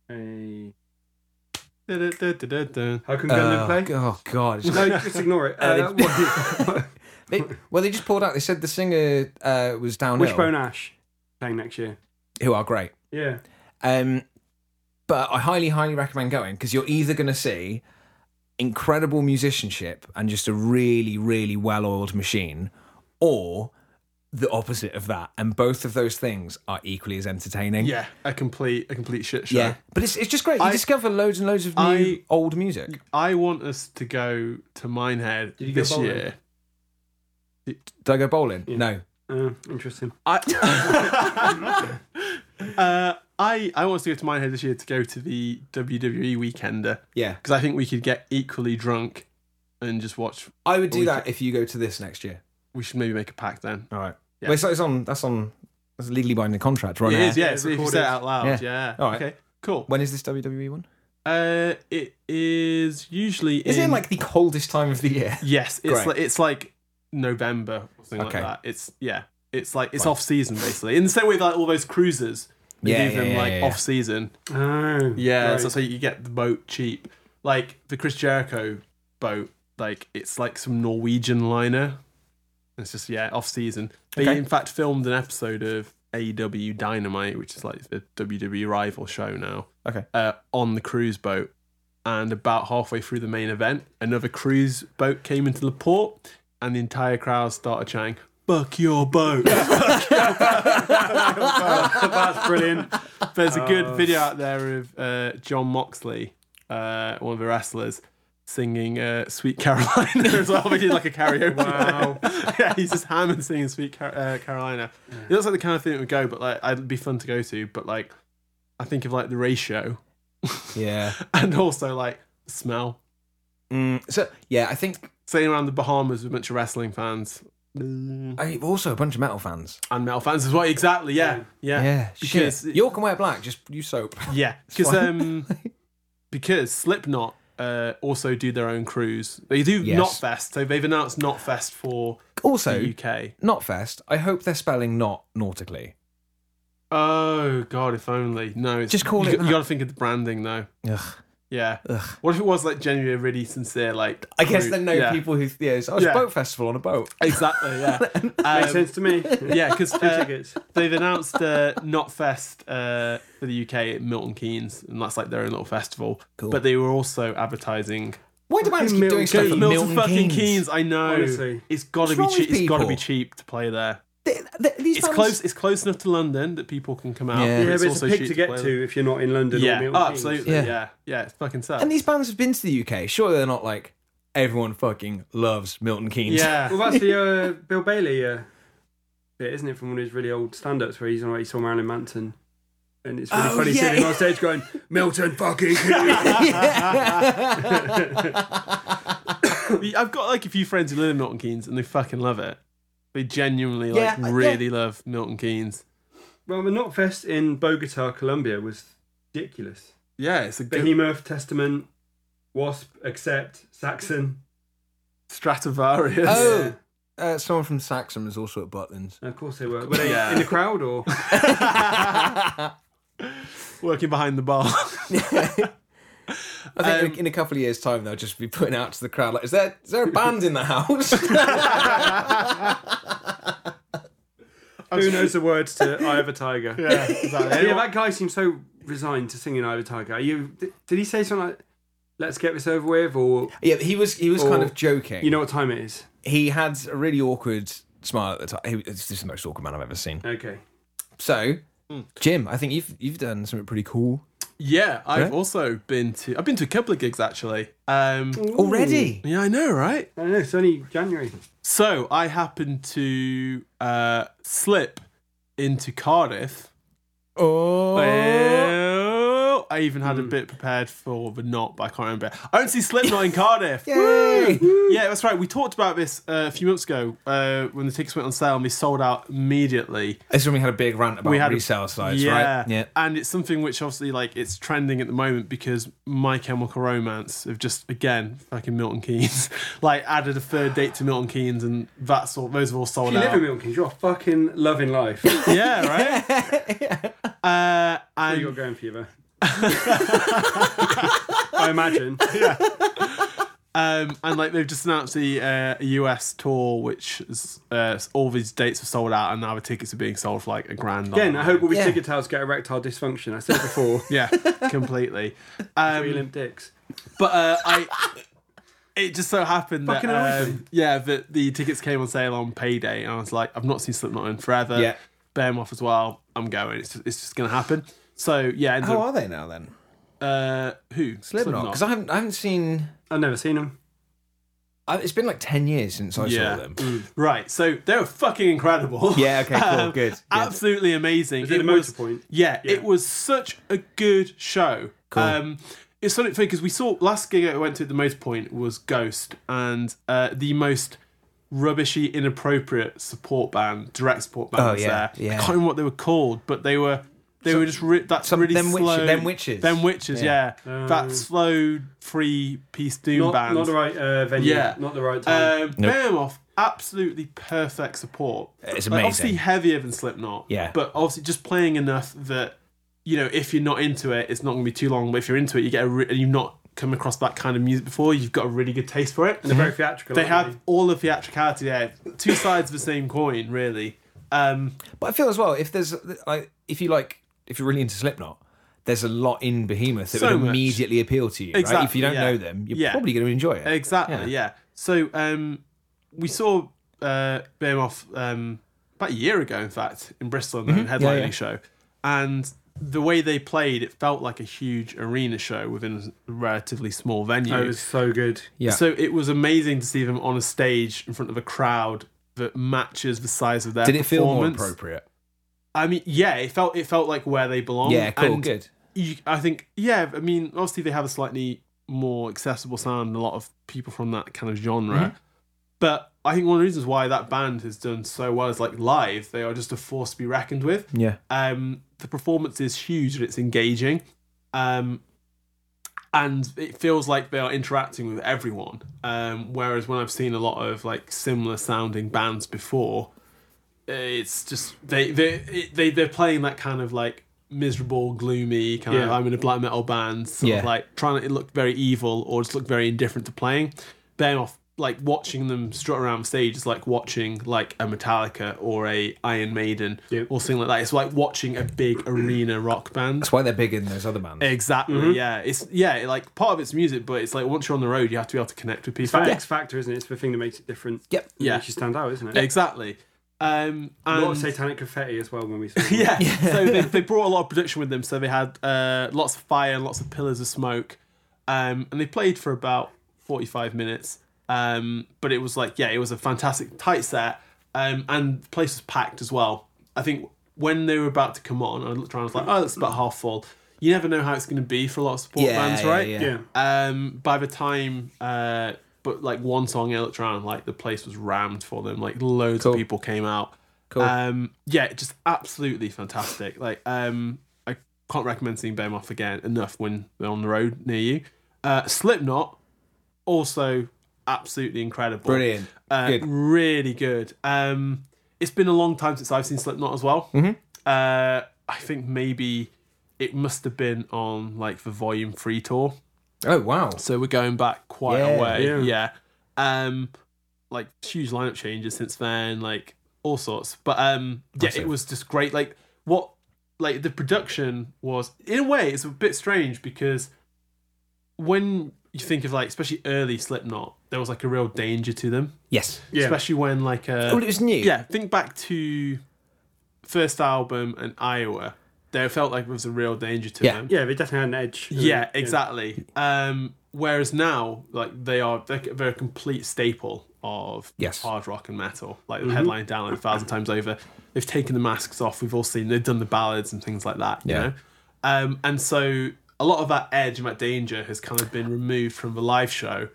[SPEAKER 5] Hey.
[SPEAKER 3] Da-da-da-da-da.
[SPEAKER 5] How come Gun
[SPEAKER 4] Oh,
[SPEAKER 5] didn't
[SPEAKER 4] g-
[SPEAKER 5] play?
[SPEAKER 4] Oh god,
[SPEAKER 5] No, just ignore it. Uh, what-
[SPEAKER 4] They, well, they just pulled out. They said the singer uh, was downhill.
[SPEAKER 5] Wishbone Ash playing next year.
[SPEAKER 4] who are great.
[SPEAKER 5] Yeah.
[SPEAKER 4] Um, but I highly, highly recommend going because you're either going to see incredible musicianship and just a really, really well-oiled machine, or the opposite of that. And both of those things are equally as entertaining.
[SPEAKER 3] Yeah, a complete a complete shit show.
[SPEAKER 4] Yeah, but it's, it's just great. You
[SPEAKER 3] I-
[SPEAKER 4] discover loads and loads of new
[SPEAKER 3] I-
[SPEAKER 4] old music.
[SPEAKER 3] I want us to go to Minehead
[SPEAKER 5] you go
[SPEAKER 3] this
[SPEAKER 5] bowling?
[SPEAKER 3] year.
[SPEAKER 4] Did I go bowling? No.
[SPEAKER 5] Uh, interesting.
[SPEAKER 3] I, uh, I I want us to go to Minehead this year to go to the WWE Weekender
[SPEAKER 4] Yeah,
[SPEAKER 3] because I think we could get equally drunk and just watch.
[SPEAKER 4] I would do that if you go to this next year.
[SPEAKER 3] We should maybe make a pact then.
[SPEAKER 4] All right. Well, it's, it's on. That's on. That's a legally binding contract, right?
[SPEAKER 3] It is, yeah.
[SPEAKER 5] Yeah,
[SPEAKER 3] so if you
[SPEAKER 5] recorded.
[SPEAKER 3] say it out loud, yeah.
[SPEAKER 4] Yeah. All right.
[SPEAKER 3] Okay. Cool.
[SPEAKER 4] When is this WWE one?
[SPEAKER 3] Uh, it is usually
[SPEAKER 4] Is it like the coldest time of the year?
[SPEAKER 3] Yes, it's
[SPEAKER 4] Great.
[SPEAKER 3] like, it's like November or something
[SPEAKER 4] Okay.
[SPEAKER 3] like that. It's yeah, it's like it's off season basically. In the same way that all those cruises, they
[SPEAKER 4] Yeah,
[SPEAKER 3] do
[SPEAKER 4] yeah,
[SPEAKER 3] them
[SPEAKER 4] yeah,
[SPEAKER 3] like
[SPEAKER 4] yeah, yeah.
[SPEAKER 3] off season.
[SPEAKER 5] Oh,
[SPEAKER 3] Yeah,
[SPEAKER 5] right.
[SPEAKER 3] so, so you get the boat cheap, like the Chris Jericho boat. Like it's like some Norwegian liner. It's just yeah, off season. They
[SPEAKER 4] Okay.
[SPEAKER 3] in fact filmed an episode of AEW Dynamite, which is like the WWE rival show now
[SPEAKER 4] Okay.
[SPEAKER 3] uh, on the cruise boat. And about halfway through the main event, another cruise boat came into the port, and the entire crowd started chanting, Fuck your boat.
[SPEAKER 5] that's brilliant.
[SPEAKER 3] There's a good video out there of uh, John Moxley, uh, one of the wrestlers, singing uh, Sweet Carolina as well. They did like a karaoke.
[SPEAKER 5] Wow.
[SPEAKER 3] yeah, he's just hammered singing Sweet Car- uh, Carolina. It looks like the kind of thing that would go, but like, it'd be fun to go to. But like, I think of like the ratio
[SPEAKER 4] Yeah.
[SPEAKER 3] and also like the smell.
[SPEAKER 4] Mm, so yeah, I think
[SPEAKER 3] sitting around the Bahamas with a bunch of wrestling fans and
[SPEAKER 4] I also a bunch of metal fans.
[SPEAKER 3] metal fans as well. Exactly. Yeah. Yeah.
[SPEAKER 4] Yeah.
[SPEAKER 3] Because
[SPEAKER 4] shit. York can wear black. Just use soap.
[SPEAKER 3] yeah. Because
[SPEAKER 4] fine.
[SPEAKER 3] um, because Slipknot uh also do their own cruise. They do
[SPEAKER 4] Yes. Oh.
[SPEAKER 3] Knotfest. So they've announced Knotfest for
[SPEAKER 4] Also,
[SPEAKER 3] the UK.
[SPEAKER 4] not fest. I hope they're spelling not nautically.
[SPEAKER 3] Oh God! If only no. It's,
[SPEAKER 4] Just call
[SPEAKER 3] you
[SPEAKER 4] it
[SPEAKER 3] got-
[SPEAKER 4] that.
[SPEAKER 3] You got to think of the branding though.
[SPEAKER 4] Ugh.
[SPEAKER 3] Yeah. What if it was like genuinely really sincere? Like
[SPEAKER 4] I guess
[SPEAKER 3] cruise-
[SPEAKER 4] there are no
[SPEAKER 3] yeah.
[SPEAKER 4] people who yeah. it's- Oh, it's
[SPEAKER 3] Yeah.
[SPEAKER 4] a boat festival on a boat.
[SPEAKER 3] Exactly. Yeah.
[SPEAKER 5] Makes
[SPEAKER 3] Um,
[SPEAKER 5] sense to me.
[SPEAKER 3] Yeah, because
[SPEAKER 5] tickets.
[SPEAKER 3] they've announced uh, Knotfest uh, for the UK at Milton Keynes, and that's like their own little festival.
[SPEAKER 4] Cool.
[SPEAKER 3] But they were also advertising
[SPEAKER 4] Why do bands keep
[SPEAKER 5] Milton
[SPEAKER 4] doing stuff
[SPEAKER 5] Keynes.
[SPEAKER 4] at
[SPEAKER 3] Milton,
[SPEAKER 4] Milton
[SPEAKER 3] fucking Keynes.
[SPEAKER 4] Keynes?
[SPEAKER 3] I know
[SPEAKER 5] Honestly.
[SPEAKER 3] it's got to be
[SPEAKER 4] wrong
[SPEAKER 3] cheap.
[SPEAKER 4] with
[SPEAKER 3] It's got to be
[SPEAKER 4] people?
[SPEAKER 3] cheap to play there.
[SPEAKER 4] They, they, these
[SPEAKER 3] It's
[SPEAKER 4] bands-
[SPEAKER 3] close. It's close enough to London that people can come out.
[SPEAKER 4] Yeah.
[SPEAKER 5] Yeah,
[SPEAKER 4] It's
[SPEAKER 5] but it's a pig
[SPEAKER 3] cheap
[SPEAKER 5] to get
[SPEAKER 3] play there.
[SPEAKER 5] to if you're not in London. or
[SPEAKER 3] Yeah,
[SPEAKER 5] Milton
[SPEAKER 3] oh,
[SPEAKER 5] Keynes.
[SPEAKER 3] absolutely.
[SPEAKER 4] Yeah.
[SPEAKER 3] Yeah, yeah, it's fucking sad.
[SPEAKER 4] And these bands have been to the UK. Surely they're not like everyone fucking loves Milton Keynes.
[SPEAKER 5] Well,
[SPEAKER 3] yeah,
[SPEAKER 5] that's the uh, Bill Bailey uh, bit, isn't it? From one of his really old stand-ups where he's on, he saw Marilyn Manson. And it's really
[SPEAKER 4] Oh,
[SPEAKER 5] funny seeing
[SPEAKER 4] yeah.
[SPEAKER 5] him on stage going, Milton fucking
[SPEAKER 3] I've got like a few friends who live in Milton Keynes and they fucking love it. They genuinely like
[SPEAKER 4] Yeah, I- yeah.
[SPEAKER 3] really love Milton Keynes.
[SPEAKER 5] Well, the Knotfest in Bogota, Colombia was ridiculous.
[SPEAKER 3] Yeah, it's a good
[SPEAKER 5] Behemoth, Testament, Wasp, Accept, Saxon.
[SPEAKER 3] Stradivarius.
[SPEAKER 4] Oh, uh, someone from Saxon was also at Butlins.
[SPEAKER 5] And of course they were. Were they
[SPEAKER 3] Yeah.
[SPEAKER 5] in the crowd or?
[SPEAKER 3] Working behind the bar.
[SPEAKER 4] I think in- in a couple of years' time they'll just be putting out to the crowd like, "Is there is there a band in the house?"
[SPEAKER 5] Who knows the words to Eye of a Tiger? Yeah.
[SPEAKER 3] yeah, is that it?
[SPEAKER 5] that guy seems so resigned to singing Eye of a Tiger. Are you? Did, did he say something like, "Let's get this over with," or
[SPEAKER 4] yeah, he was he was kind
[SPEAKER 5] Or-
[SPEAKER 4] of joking.
[SPEAKER 5] you know what time it is?
[SPEAKER 4] he had a really awkward smile at the time. He, this is the most awkward man I've ever seen.
[SPEAKER 5] Okay.
[SPEAKER 4] So, Jim, I think you've you've done something pretty cool
[SPEAKER 3] Yeah, I've
[SPEAKER 4] Yeah.
[SPEAKER 3] also been to I've been to a couple of gigs actually.
[SPEAKER 4] Mm.
[SPEAKER 3] Um
[SPEAKER 4] already.
[SPEAKER 3] yeah, I know, right?
[SPEAKER 5] I don't know. It's only January.
[SPEAKER 3] So I happened to uh, slip into Cardiff.
[SPEAKER 4] Oh, Hmm.
[SPEAKER 3] Oh, I even had a bit prepared for the knot, but I can't remember. I don't see Slipknot in Cardiff.
[SPEAKER 4] Yay!
[SPEAKER 3] Yeah, that's right. We talked about this uh, a few months ago uh, when the tickets went on sale and they sold out immediately.
[SPEAKER 4] This is when we had a big rant about
[SPEAKER 3] We had a-
[SPEAKER 4] Oh, resale sites,
[SPEAKER 3] yeah.
[SPEAKER 4] right? Yeah.
[SPEAKER 3] And it's something which obviously like it's trending at the moment because My Chemical Romance have just again fucking Milton Keynes like added a third date to Milton Keynes and that's all. Those have all sold
[SPEAKER 5] You
[SPEAKER 3] out.
[SPEAKER 5] live in Milton Keynes. You're fucking loving life. Where
[SPEAKER 3] Yeah, right. uh, and
[SPEAKER 5] you're going for though. I imagine.
[SPEAKER 3] um, and like they've just announced the uh, US tour, which is, uh, all these dates are sold out, and now the tickets are being sold for like a grand.
[SPEAKER 5] Again, I
[SPEAKER 3] online.
[SPEAKER 5] hope all these
[SPEAKER 4] Yeah.
[SPEAKER 5] ticket ticketers get erectile dysfunction. I said before.
[SPEAKER 3] Yeah, completely.
[SPEAKER 5] Three
[SPEAKER 3] Um,
[SPEAKER 5] limp dicks.
[SPEAKER 3] but uh, I, it just so happened that
[SPEAKER 5] Fucking hell,
[SPEAKER 3] um, yeah, that the tickets came on sale on payday, and I was like, I've not seen Slipknot in forever.
[SPEAKER 4] Yeah.
[SPEAKER 3] Bear 'em off as well. I'm going. It's just, it's just gonna happen. So yeah, ends
[SPEAKER 4] How
[SPEAKER 3] up,
[SPEAKER 4] are they now then?
[SPEAKER 3] uh, who
[SPEAKER 4] Slipknot? Because I haven't, I haven't seen.
[SPEAKER 5] I've never seen them.
[SPEAKER 4] I, it's been like ten years since I
[SPEAKER 3] Yeah.
[SPEAKER 4] saw them.
[SPEAKER 3] Right, so they were fucking incredible. Um,
[SPEAKER 4] Yeah, okay, cool, good, good.
[SPEAKER 3] Absolutely amazing.
[SPEAKER 5] it
[SPEAKER 3] It
[SPEAKER 5] the
[SPEAKER 3] was-
[SPEAKER 5] Motorpoint?
[SPEAKER 3] Yeah, it was such a good show. Cool. Um, it's something funny because we saw last gig I went to at the most point was Ghost and uh, the most rubbishy, inappropriate support band, direct support band.
[SPEAKER 4] Oh,
[SPEAKER 3] was
[SPEAKER 4] yeah,
[SPEAKER 3] there.
[SPEAKER 4] yeah.
[SPEAKER 3] I can't remember what they were called, but they were they were just ri- that
[SPEAKER 4] some-
[SPEAKER 3] really
[SPEAKER 4] them witch-
[SPEAKER 3] slow.
[SPEAKER 4] them witches.
[SPEAKER 3] Them witches, yeah. that slow three piece doom
[SPEAKER 5] Oh. Not,
[SPEAKER 3] band.
[SPEAKER 5] not the right uh, venue.
[SPEAKER 3] Yeah.
[SPEAKER 5] Not the right time.
[SPEAKER 3] Um, Behemoth, absolutely perfect support.
[SPEAKER 4] It's
[SPEAKER 3] Like,
[SPEAKER 4] amazing.
[SPEAKER 3] obviously heavier than Slipknot.
[SPEAKER 4] Yeah.
[SPEAKER 3] But obviously just playing enough that you know if you're not into it, it's not going to be too long. But if you're into it, you get a re- and you've not come across that kind of music before, you've got a really good taste for it.
[SPEAKER 5] They're very theatrical.
[SPEAKER 3] mhm. They
[SPEAKER 5] aren't
[SPEAKER 3] have all the theatricality there. Two sides of the same coin, really. Um,
[SPEAKER 4] But I feel as well if there's like if you like if you're really into Slipknot, there's a lot in Behemoth that
[SPEAKER 3] So
[SPEAKER 4] would
[SPEAKER 3] much.
[SPEAKER 4] immediately appeal to you. right? If
[SPEAKER 3] Exactly,
[SPEAKER 4] you don't
[SPEAKER 3] yeah.
[SPEAKER 4] know them, you're
[SPEAKER 3] Yeah.
[SPEAKER 4] probably going to enjoy it.
[SPEAKER 3] Exactly. Yeah. So um, we saw uh, Behemoth um, about a year ago, in fact, in Bristol, in their own headlining
[SPEAKER 4] Mm-hmm. yeah.
[SPEAKER 3] show, and the way they played, it felt like a huge arena show within a relatively small venue.
[SPEAKER 5] they? It was so good.
[SPEAKER 4] Oh, Yeah.
[SPEAKER 3] So it was amazing to see them on a stage in front of a crowd that matches the size of their
[SPEAKER 4] Did it feel more
[SPEAKER 3] performance.
[SPEAKER 4] appropriate?
[SPEAKER 3] I mean, yeah, it felt it felt like where they belong.
[SPEAKER 4] Yeah, cool,
[SPEAKER 3] and
[SPEAKER 4] good.
[SPEAKER 3] you, I think, yeah, I mean, obviously they have a slightly more accessible sound than a lot of people from that kind of genre. But I think one of the reasons why that band has done so well is like live, they are just a force to be reckoned with.
[SPEAKER 4] Yeah.
[SPEAKER 3] Um, the performance is huge and it's engaging. Um, and it feels like they are interacting with everyone. Um, whereas when I've seen a lot of like similar sounding bands before, it's just they they it- they they're playing that kind of like miserable, gloomy kind of
[SPEAKER 5] Yeah.
[SPEAKER 3] I'm in a black metal band, sort of
[SPEAKER 4] Yeah.
[SPEAKER 3] like trying to look very evil or just look very indifferent to playing. Then off like watching them strut around stage is like watching like a Metallica or a Iron Maiden
[SPEAKER 5] Yeah.
[SPEAKER 3] or something like that. It's like watching a big arena rock band.
[SPEAKER 4] That's why they're bigger than those other bands.
[SPEAKER 3] Exactly.
[SPEAKER 5] Mm-hmm.
[SPEAKER 3] Yeah. It's yeah. Like part of it's music, but it's like once you're on the road, you have to be able to connect with people.
[SPEAKER 5] That X factor, isn't it? It's the thing that makes it different.
[SPEAKER 4] Yep.
[SPEAKER 5] It
[SPEAKER 3] Yeah.
[SPEAKER 5] Makes you stand out, isn't it?
[SPEAKER 3] Exactly. Um,
[SPEAKER 5] A lot of
[SPEAKER 3] and
[SPEAKER 5] satanic confetti as well when we saw them.
[SPEAKER 3] yeah. so they, they brought a lot of production with them. So they had uh, lots of fire and lots of pillars of smoke, um, and they played for about forty-five minutes. Um, but it was like yeah, it was a fantastic tight set, um, and the place was packed as well. I think when they were about to come on, I looked around, I was like, oh, it's about half full. You never know how it's going to be for a lot of support
[SPEAKER 4] Yeah,
[SPEAKER 3] bands,
[SPEAKER 4] yeah,
[SPEAKER 3] right?
[SPEAKER 4] yeah.
[SPEAKER 5] Yeah.
[SPEAKER 3] Um, by the time, uh, but like one song I looked around, like the place was rammed for them. Like loads
[SPEAKER 4] Cool.
[SPEAKER 3] of people came out.
[SPEAKER 4] Cool.
[SPEAKER 3] Um, yeah, just absolutely fantastic. Like, um, I can't recommend seeing Behemoth off again enough when they're on the road near you. Uh, Slipknot, also absolutely incredible.
[SPEAKER 4] Brilliant.
[SPEAKER 3] Uh,
[SPEAKER 4] Good.
[SPEAKER 3] Really good. Um, it's been a long time since I've seen Slipknot as well. Mm-hmm. Uh, I think maybe it must have been on like the Volume Free tour.
[SPEAKER 4] Oh wow.
[SPEAKER 3] So we're going back quite
[SPEAKER 4] Yeah.
[SPEAKER 3] a way.
[SPEAKER 5] Yeah.
[SPEAKER 3] Yeah. Um like huge lineup changes since then, like all sorts. But um yeah,
[SPEAKER 4] Massive.
[SPEAKER 3] it was just great. Like what like the production was in a way it's a bit strange because when you think of like especially early Slipknot, there was like a real danger to them.
[SPEAKER 4] Yes.
[SPEAKER 5] Yeah.
[SPEAKER 3] Especially when like uh
[SPEAKER 4] Well, Oh, it was new.
[SPEAKER 3] yeah, think back to first album and Iowa. There felt like there was a real danger to
[SPEAKER 4] Yeah.
[SPEAKER 3] them.
[SPEAKER 5] Yeah, they definitely had an edge.
[SPEAKER 3] Yeah, exactly. Um, whereas now, like they are, they're, they're a complete staple of
[SPEAKER 4] Yes. Mm-hmm.
[SPEAKER 3] hard rock and metal. Like the headline down a thousand times over. They've taken the masks off. We've all seen. They've done the ballads and things like that. You
[SPEAKER 4] Yeah.
[SPEAKER 3] know, um, and so a lot of that edge and that danger has kind of been removed from the live show,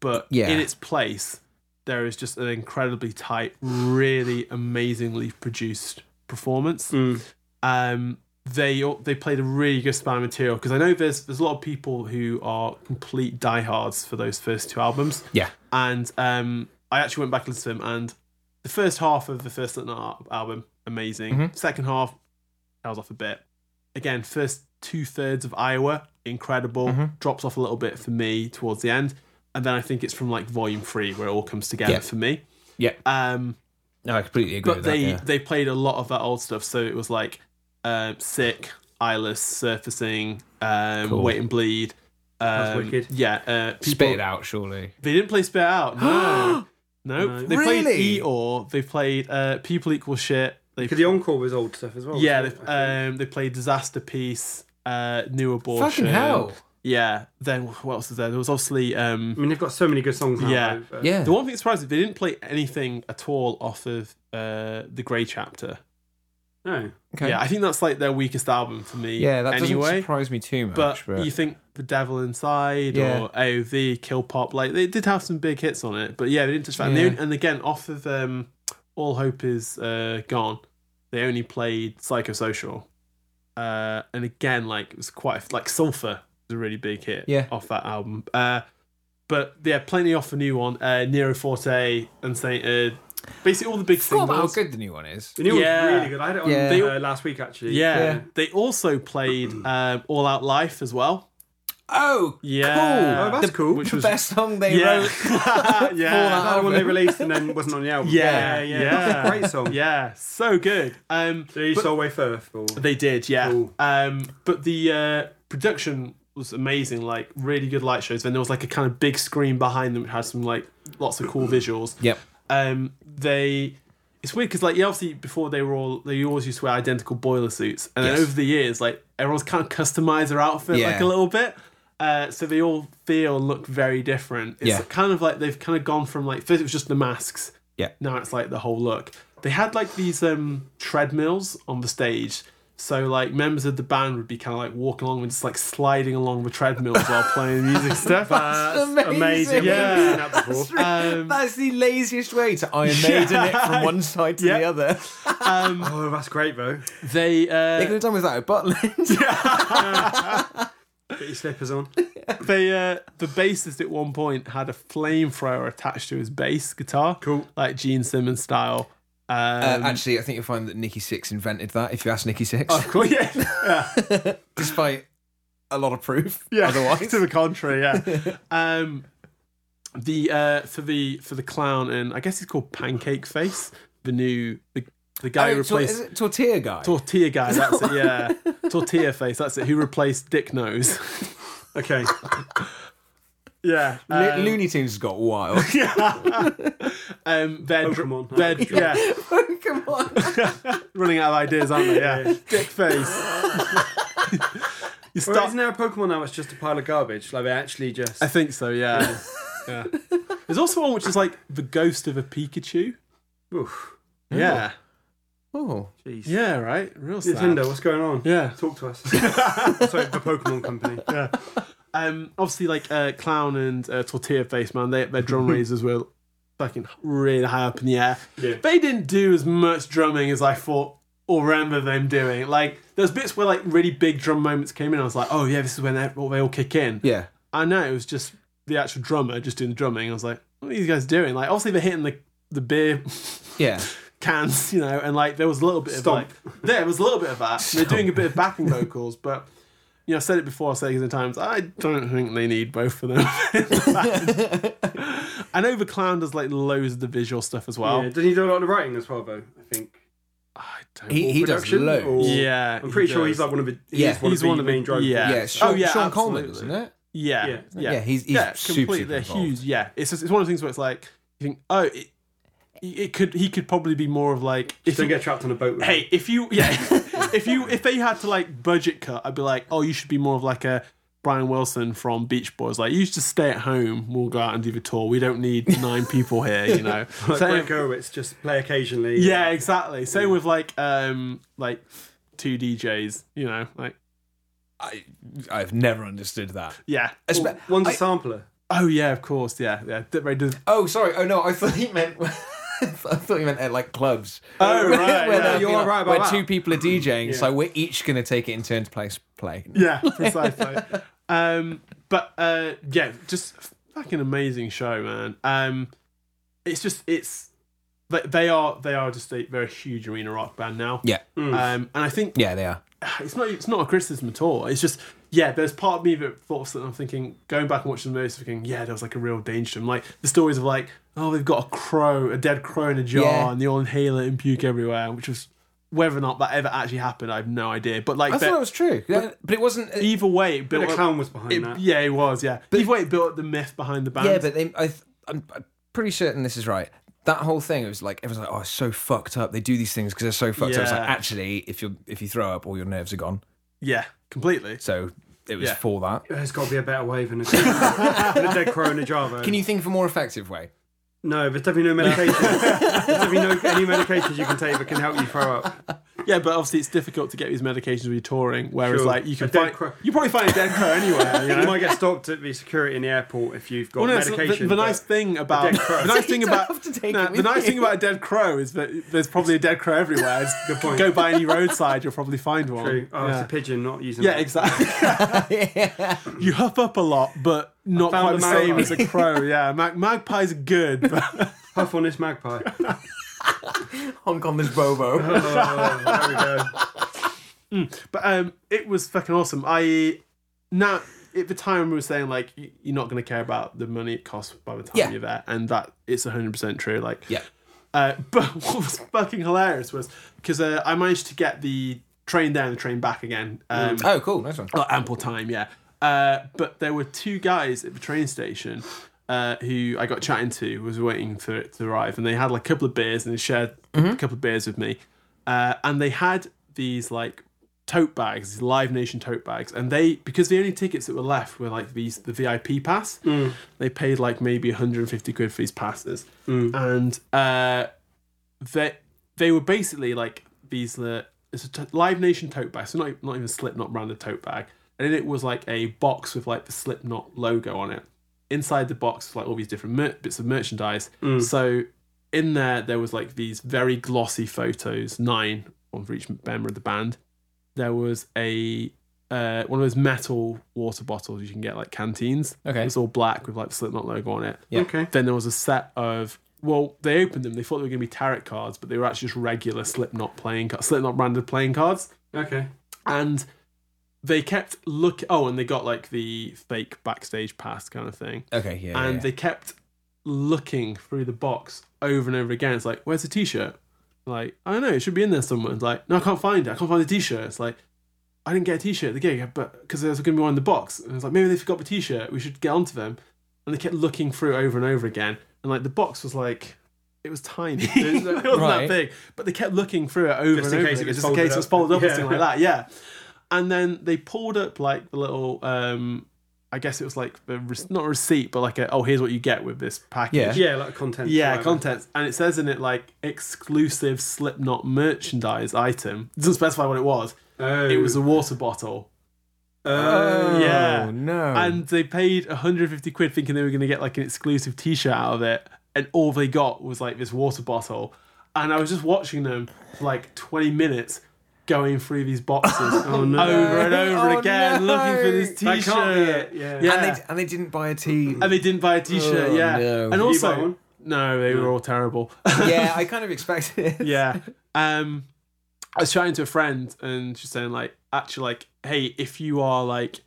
[SPEAKER 3] but
[SPEAKER 4] Yeah.
[SPEAKER 3] in its place, there is just an incredibly tight, really amazingly produced performance um, they they played a really good span of material because I know there's there's a lot of people who are complete diehards for those first two albums,
[SPEAKER 4] Yeah.
[SPEAKER 3] and um, I actually went back and listened to them, and the first half of the first Slipknot al- album amazing,
[SPEAKER 4] Mm-hmm.
[SPEAKER 3] second half tails off a bit. Again, first two thirds of Iowa incredible,
[SPEAKER 4] Mm-hmm.
[SPEAKER 3] drops off a little bit for me towards the end, and then I think it's from like Volume Three where it all comes together
[SPEAKER 4] Yeah.
[SPEAKER 3] for me.
[SPEAKER 4] Yeah.
[SPEAKER 3] Um,
[SPEAKER 4] No, I completely agree
[SPEAKER 3] but
[SPEAKER 4] with
[SPEAKER 3] they
[SPEAKER 4] that. yeah.
[SPEAKER 3] they played a lot of that old stuff so it was like um sick eyeless surfacing um
[SPEAKER 4] Cool.
[SPEAKER 3] wait and bleed um,
[SPEAKER 5] wicked.
[SPEAKER 3] yeah uh people,
[SPEAKER 4] Spit it out, surely.
[SPEAKER 3] they didn't play spit out no nope.
[SPEAKER 5] No.
[SPEAKER 3] they
[SPEAKER 4] Really?
[SPEAKER 3] played eeyore they played uh people equal shit they
[SPEAKER 5] Because the encore was old stuff as well.
[SPEAKER 3] yeah
[SPEAKER 5] wasn't it?
[SPEAKER 3] they, um they played disaster piece uh new abortion
[SPEAKER 4] Fucking hell.
[SPEAKER 3] yeah then what else was there there was obviously um
[SPEAKER 5] I mean, they've got so many good songs now.
[SPEAKER 3] Yeah.
[SPEAKER 5] though, but-
[SPEAKER 4] Yeah.
[SPEAKER 3] the one thing that surprised me they didn't play anything at all off of uh the grey chapter
[SPEAKER 5] No.
[SPEAKER 4] Okay.
[SPEAKER 3] Yeah, I think that's like their weakest album for me.
[SPEAKER 4] Yeah, that doesn't
[SPEAKER 3] anyway.
[SPEAKER 4] surprise me too much.
[SPEAKER 3] But
[SPEAKER 4] But,
[SPEAKER 3] you think The Devil Inside
[SPEAKER 4] Yeah.
[SPEAKER 3] or AOV, Kill Pop, like they did have some big hits on it, but yeah, they didn't touch that. And, they
[SPEAKER 4] Yeah.
[SPEAKER 3] only- and again, off of um, All Hope Is uh, Gone, they only played Psychosocial. Uh, and again, like it was quite a, like Sulfur was a really big hit
[SPEAKER 4] Yeah.
[SPEAKER 3] off that album. Uh, but yeah, plenty off a new one. Uh, Nero Forte and Saint, uh, basically all the big
[SPEAKER 4] forgot about how
[SPEAKER 3] singles.
[SPEAKER 4] good the new one is.
[SPEAKER 5] The new
[SPEAKER 3] Yeah.
[SPEAKER 5] one's really good. I had it on
[SPEAKER 4] Yeah.
[SPEAKER 5] they- uh, last week, actually.
[SPEAKER 3] Yeah.
[SPEAKER 4] Yeah.
[SPEAKER 3] They also played um, All Out Life as well.
[SPEAKER 4] Oh,
[SPEAKER 3] Yeah.
[SPEAKER 5] Oh, that's
[SPEAKER 4] the,
[SPEAKER 5] cool.
[SPEAKER 4] Which
[SPEAKER 3] Which
[SPEAKER 4] the
[SPEAKER 3] was-
[SPEAKER 4] best song they
[SPEAKER 3] Yeah.
[SPEAKER 4] wrote.
[SPEAKER 5] Is that the one they released and then wasn't on the album.
[SPEAKER 3] Yeah.
[SPEAKER 5] yeah.
[SPEAKER 3] Yeah.
[SPEAKER 5] Great song.
[SPEAKER 3] Yeah. So good. Um,
[SPEAKER 5] Did you
[SPEAKER 3] but-
[SPEAKER 5] Solway Firth? Or...
[SPEAKER 3] they did, yeah.
[SPEAKER 5] Cool.
[SPEAKER 3] Um, but the uh, production was amazing, like really good light shows. Then there was like a kind of big screen behind them which had some like lots of cool visuals.
[SPEAKER 4] Mm. Yep.
[SPEAKER 3] Um, they it's weird because like yeah, obviously before they were all they always used to wear identical boiler suits, and
[SPEAKER 4] Yes.
[SPEAKER 3] then over the years like everyone's kind of customized their outfit like
[SPEAKER 4] Yeah.
[SPEAKER 3] a little bit. Uh, so they all feel and look very different. It's
[SPEAKER 4] Yeah.
[SPEAKER 3] kind of like they've kind of gone from like first it was just the masks,
[SPEAKER 4] Yeah.
[SPEAKER 3] now it's like the whole look. They had like these um treadmills on the stage. So like members of the band would be kind of like walking along and just like sliding along the treadmills while playing music stuff.
[SPEAKER 5] That's
[SPEAKER 4] amazing.
[SPEAKER 5] amazing.
[SPEAKER 3] Yeah.
[SPEAKER 5] We've seen that before.
[SPEAKER 4] That's the laziest way to Iron Maiden it from one side to the
[SPEAKER 3] Yeah.
[SPEAKER 4] other.
[SPEAKER 5] Oh, that's great, though.
[SPEAKER 3] They
[SPEAKER 4] They could
[SPEAKER 3] uh,
[SPEAKER 4] have done without a buttons.
[SPEAKER 5] Put your slippers on.
[SPEAKER 3] they uh, the bassist at one point had a flamethrower attached to his bass guitar.
[SPEAKER 5] Cool.
[SPEAKER 3] like Gene Simmons style. Um,
[SPEAKER 4] Uh, actually, I think you'll find that Nikki Six invented that. If you ask Nikki Six,
[SPEAKER 3] of course, yeah,
[SPEAKER 4] despite a lot of proof,
[SPEAKER 3] yeah.
[SPEAKER 4] otherwise,
[SPEAKER 3] to the contrary, yeah. um, the uh, for the for the clown and I guess he's called Pancake Face. The new the the guy
[SPEAKER 4] Oh,
[SPEAKER 3] who
[SPEAKER 4] tor-
[SPEAKER 3] replaced
[SPEAKER 4] is it tortilla guy.
[SPEAKER 3] Tortilla guy, that's it, yeah. Tortilla face, that's it. Who replaced Dick Nose?
[SPEAKER 5] Okay.
[SPEAKER 3] Yeah.
[SPEAKER 4] Lo- Looney Tunes has got wild.
[SPEAKER 3] Um, they're, dr-
[SPEAKER 5] Pokemon.
[SPEAKER 3] they're yeah,
[SPEAKER 4] Come on,
[SPEAKER 3] running out of ideas, aren't they? Yeah. Dick face. you
[SPEAKER 5] Well,
[SPEAKER 3] start.
[SPEAKER 5] isn't there a Pokemon now that's just a pile of garbage? Like, they actually just.
[SPEAKER 3] I think so. Yeah. yeah. There's also one which is like the ghost of a Pikachu.
[SPEAKER 5] Oof.
[SPEAKER 3] Yeah.
[SPEAKER 4] Oh,
[SPEAKER 5] Jeez.
[SPEAKER 3] Yeah, right. Real sad.
[SPEAKER 5] Nintendo, what's going on?
[SPEAKER 3] Yeah.
[SPEAKER 5] Talk to us. Sorry, the Pokemon company.
[SPEAKER 3] yeah. Um, obviously, like uh, Clown and uh, Tortilla Face Man, they, their drum raisers were fucking really high up in the air.
[SPEAKER 5] Yeah.
[SPEAKER 3] They didn't do as much drumming as I thought or remember them doing. Like, there's bits where like really big drum moments came in. I was like, oh yeah, this is when they, well, they all kick in.
[SPEAKER 4] yeah.
[SPEAKER 3] I know it was just the actual drummer just doing the drumming. I was like, what are these guys doing? Like, obviously they're hitting the the beer
[SPEAKER 4] Yeah.
[SPEAKER 3] cans, you know, and like there was a little bit
[SPEAKER 5] Stomp.
[SPEAKER 3] of like there was a little bit of that. They're doing a bit of backing vocals, but you know, I said it before, I'll say it again times. I don't think they need both of them. I know the clown does like loads of the visual stuff as well.
[SPEAKER 5] Yeah, doesn't he do a lot of writing as well, though? I think.
[SPEAKER 3] I don't
[SPEAKER 4] He, he does
[SPEAKER 5] Production,
[SPEAKER 4] loads.
[SPEAKER 5] or-
[SPEAKER 3] Yeah,
[SPEAKER 5] I'm pretty
[SPEAKER 3] he
[SPEAKER 5] sure
[SPEAKER 3] does.
[SPEAKER 5] he's like one of the. He's
[SPEAKER 4] Yeah.
[SPEAKER 5] one
[SPEAKER 3] He's
[SPEAKER 5] of the
[SPEAKER 3] one of the-
[SPEAKER 5] main drivers.
[SPEAKER 3] yeah.
[SPEAKER 4] Yeah, Sean,
[SPEAKER 3] Oh, yeah,
[SPEAKER 4] Sean Coleman,
[SPEAKER 3] absolutely.
[SPEAKER 4] isn't it?
[SPEAKER 3] Yeah,
[SPEAKER 5] Yeah.
[SPEAKER 3] yeah,
[SPEAKER 4] Yeah, he's- he's super, super
[SPEAKER 3] they're
[SPEAKER 4] involved.
[SPEAKER 3] huge. Yeah, it's just, it's one of the things where it's like you think, oh, it, it could he could probably be more of like if
[SPEAKER 5] Don't
[SPEAKER 3] you-
[SPEAKER 5] get trapped on a boat. With
[SPEAKER 3] hey, if you yeah, if you if they had to like budget cut, I'd be like, oh, you should be more of like a Brian Wilson from Beach Boys. Like, you should just stay at home. We'll go out and do the tour. We don't need nine people here. You know,
[SPEAKER 5] Like
[SPEAKER 3] Same-
[SPEAKER 5] Greg Gerwitz, just play occasionally.
[SPEAKER 3] yeah, exactly. Same with like um like two DJs. You know, like
[SPEAKER 4] I, I've never understood that.
[SPEAKER 3] yeah.
[SPEAKER 5] Well, one's a sampler.
[SPEAKER 3] Oh yeah, of course. Yeah, yeah. Very dis-
[SPEAKER 4] oh, sorry. Oh no, I thought he meant. I thought he meant at like clubs.
[SPEAKER 3] Oh, right,
[SPEAKER 4] where
[SPEAKER 3] yeah.
[SPEAKER 4] they'll be
[SPEAKER 5] You're
[SPEAKER 4] like-
[SPEAKER 5] right about
[SPEAKER 4] where
[SPEAKER 5] that.
[SPEAKER 4] two people are DJing, so we're each going to take it in turn to play. play.
[SPEAKER 3] Yeah, precisely. um, but uh, yeah, just fucking amazing show, man. Um, it's just it's they, they are they are just a very huge arena rock band now.
[SPEAKER 4] Yeah,
[SPEAKER 3] Um, and I think
[SPEAKER 4] yeah, they are.
[SPEAKER 3] it's not it's not a criticism at all. It's just yeah, there's part of me that thought that I'm thinking going back and watching the movies, thinking yeah, there was like a real danger to them. Like the stories of like oh they've got a crow, a dead crow in a jar,
[SPEAKER 4] Yeah.
[SPEAKER 3] and they all inhale it and puke everywhere, which was whether or not that ever actually happened, I have no idea. But like
[SPEAKER 4] I
[SPEAKER 3] that-
[SPEAKER 4] thought it was true, Yeah, but, it wasn't. uh,
[SPEAKER 3] either way, it built
[SPEAKER 5] The
[SPEAKER 3] up-
[SPEAKER 5] clown was behind
[SPEAKER 3] it-
[SPEAKER 5] that.
[SPEAKER 3] yeah, it was. Yeah, but, either way, it built up the myth behind the band.
[SPEAKER 4] yeah, but they, I, th- I'm I'm pretty certain this is right. That whole thing it was like everyone's like, oh, it's so fucked up. They do these things because they're so fucked up. It's like
[SPEAKER 3] Yeah.
[SPEAKER 4] actually, if you if you throw up, all your nerves are gone.
[SPEAKER 3] yeah, completely.
[SPEAKER 4] So it was
[SPEAKER 3] Yeah.
[SPEAKER 4] for that.
[SPEAKER 5] There's got to be a better way than a, than a dead crow in a jar. though.
[SPEAKER 4] Can you think of a more effective way?
[SPEAKER 5] No, there's definitely no medication. there's definitely no any medications you can take that can help you throw up.
[SPEAKER 3] Yeah, but obviously it's difficult to get these medications when you're touring. Whereas,
[SPEAKER 5] Sure.
[SPEAKER 3] like, you
[SPEAKER 5] A
[SPEAKER 3] can
[SPEAKER 5] dead
[SPEAKER 3] find
[SPEAKER 5] crow.
[SPEAKER 3] you probably find a dead crow anywhere. You
[SPEAKER 5] You
[SPEAKER 3] know?
[SPEAKER 5] might get stopped at the security in the airport if you've got
[SPEAKER 3] Well, no, it's-
[SPEAKER 5] medication.
[SPEAKER 3] the, the
[SPEAKER 5] but-
[SPEAKER 3] nice thing about
[SPEAKER 5] dead crow.
[SPEAKER 3] the nice
[SPEAKER 4] You
[SPEAKER 3] thing
[SPEAKER 4] don't
[SPEAKER 3] about
[SPEAKER 4] have to take
[SPEAKER 3] no,
[SPEAKER 4] it
[SPEAKER 3] the
[SPEAKER 4] with
[SPEAKER 3] nice
[SPEAKER 4] you.
[SPEAKER 3] thing about a dead crow is that there's probably a dead crow everywhere. It's-
[SPEAKER 5] Good point.
[SPEAKER 3] Go by any roadside, you'll probably find one.
[SPEAKER 5] True. Oh,
[SPEAKER 3] yeah.
[SPEAKER 5] it's a pigeon not using.
[SPEAKER 3] Yeah,
[SPEAKER 5] that.
[SPEAKER 3] exactly. You huff up a lot, but not quite
[SPEAKER 5] found a
[SPEAKER 3] the same
[SPEAKER 5] magpie.
[SPEAKER 3] as a crow. Yeah, mag- magpies are good, but
[SPEAKER 5] Puff on this magpie. Oh,
[SPEAKER 4] Hong Kong is Bobo.
[SPEAKER 5] there we go.
[SPEAKER 3] But um, it was fucking awesome. I now at the time we were saying like y- you're not going to care about the money it costs by the time
[SPEAKER 4] Yeah.
[SPEAKER 3] you're there, and that it's 100 percent true. Like
[SPEAKER 4] yeah,
[SPEAKER 3] uh, but what was fucking hilarious was because uh, I managed to get the train down, the train back again. Um,
[SPEAKER 4] Oh, cool. Nice one.
[SPEAKER 3] got ample time, yeah. Uh, but there were two guys at the train station uh, who I got chatting to, was waiting for it to arrive, and they had like a couple of beers and they shared a couple of beers with me. Uh, and they had these like tote bags, these Live Nation tote bags, and they because the only tickets that were left were like these the VIP pass. They paid like maybe 150 quid for these passes, and uh, they they were basically like these uh, it's a t- Live Nation tote bag, so not not even Slipknot branded tote bag, and in it was like a box with like the Slipknot logo on it. Inside the box was like all these different mer- bits of merchandise. So in there there was like these very glossy photos, nine one for each member of the band. There was a uh, one of those metal water bottles you can get at, like canteens.
[SPEAKER 4] Okay.
[SPEAKER 3] it was all black with like the Slipknot logo on it.
[SPEAKER 4] Yeah.
[SPEAKER 5] Okay.
[SPEAKER 3] Then there was a set of well, they opened them. They thought they were going to be tarot cards, but they were actually just regular Slipknot playing cards, Slipknot branded playing cards.
[SPEAKER 5] Okay.
[SPEAKER 3] And they kept look. Oh, and they got like the fake backstage pass kind of thing.
[SPEAKER 4] Okay, yeah. yeah,
[SPEAKER 3] and
[SPEAKER 4] yeah.
[SPEAKER 3] they kept looking through the box over and over again. It's like, where's the t-shirt? Like, I don't know. It should be in there somewhere. It's like, no, I can't find it. I can't find the t-shirt. It's like, I didn't get a t-shirt at the gig, but because there's going to be one in the box. And it's like, maybe they forgot the t-shirt. We should get onto them. And they kept looking through over and over again. And like the box was like, it was tiny. it wasn't that
[SPEAKER 4] Right.
[SPEAKER 3] big. But they kept looking through it over
[SPEAKER 5] Just
[SPEAKER 3] and
[SPEAKER 5] in
[SPEAKER 3] over
[SPEAKER 5] case it
[SPEAKER 3] again,
[SPEAKER 5] was
[SPEAKER 3] just in
[SPEAKER 5] folded
[SPEAKER 3] case
[SPEAKER 5] up.
[SPEAKER 3] it was folded up
[SPEAKER 5] Yeah.
[SPEAKER 3] or something like that. Yeah. And then they pulled up like the little um I guess it was like the re- not a receipt, but like a oh here's what you get with this package.
[SPEAKER 4] Yeah.
[SPEAKER 5] Yeah, like content.
[SPEAKER 3] Yeah,
[SPEAKER 5] whatever.
[SPEAKER 3] contents. And it says in it like exclusive Slipknot merchandise item. It doesn't specify what it was.
[SPEAKER 5] Oh.
[SPEAKER 3] It was a water bottle.
[SPEAKER 5] Oh.
[SPEAKER 3] yeah.
[SPEAKER 4] no.
[SPEAKER 3] And they paid 150 quid thinking they were going to get like an exclusive t shirt out of it. And all they got was like this water bottle. And I was just watching them for like 20 minutes going through these boxes over and over
[SPEAKER 4] Oh,
[SPEAKER 3] again
[SPEAKER 4] no.
[SPEAKER 3] looking for this t
[SPEAKER 5] That
[SPEAKER 3] shirt.
[SPEAKER 5] can't be it. Yeah.
[SPEAKER 4] and, they, and they didn't buy a tea.
[SPEAKER 3] And they didn't buy a T-shirt.
[SPEAKER 4] Oh,
[SPEAKER 3] yeah,
[SPEAKER 4] no. Did
[SPEAKER 3] and
[SPEAKER 4] you
[SPEAKER 3] also
[SPEAKER 5] buy one?
[SPEAKER 3] no, they were all terrible.
[SPEAKER 4] yeah, I kind of expected it.
[SPEAKER 3] yeah. Um, I was chatting to a friend, and she's saying like, actually, like, hey, if you are like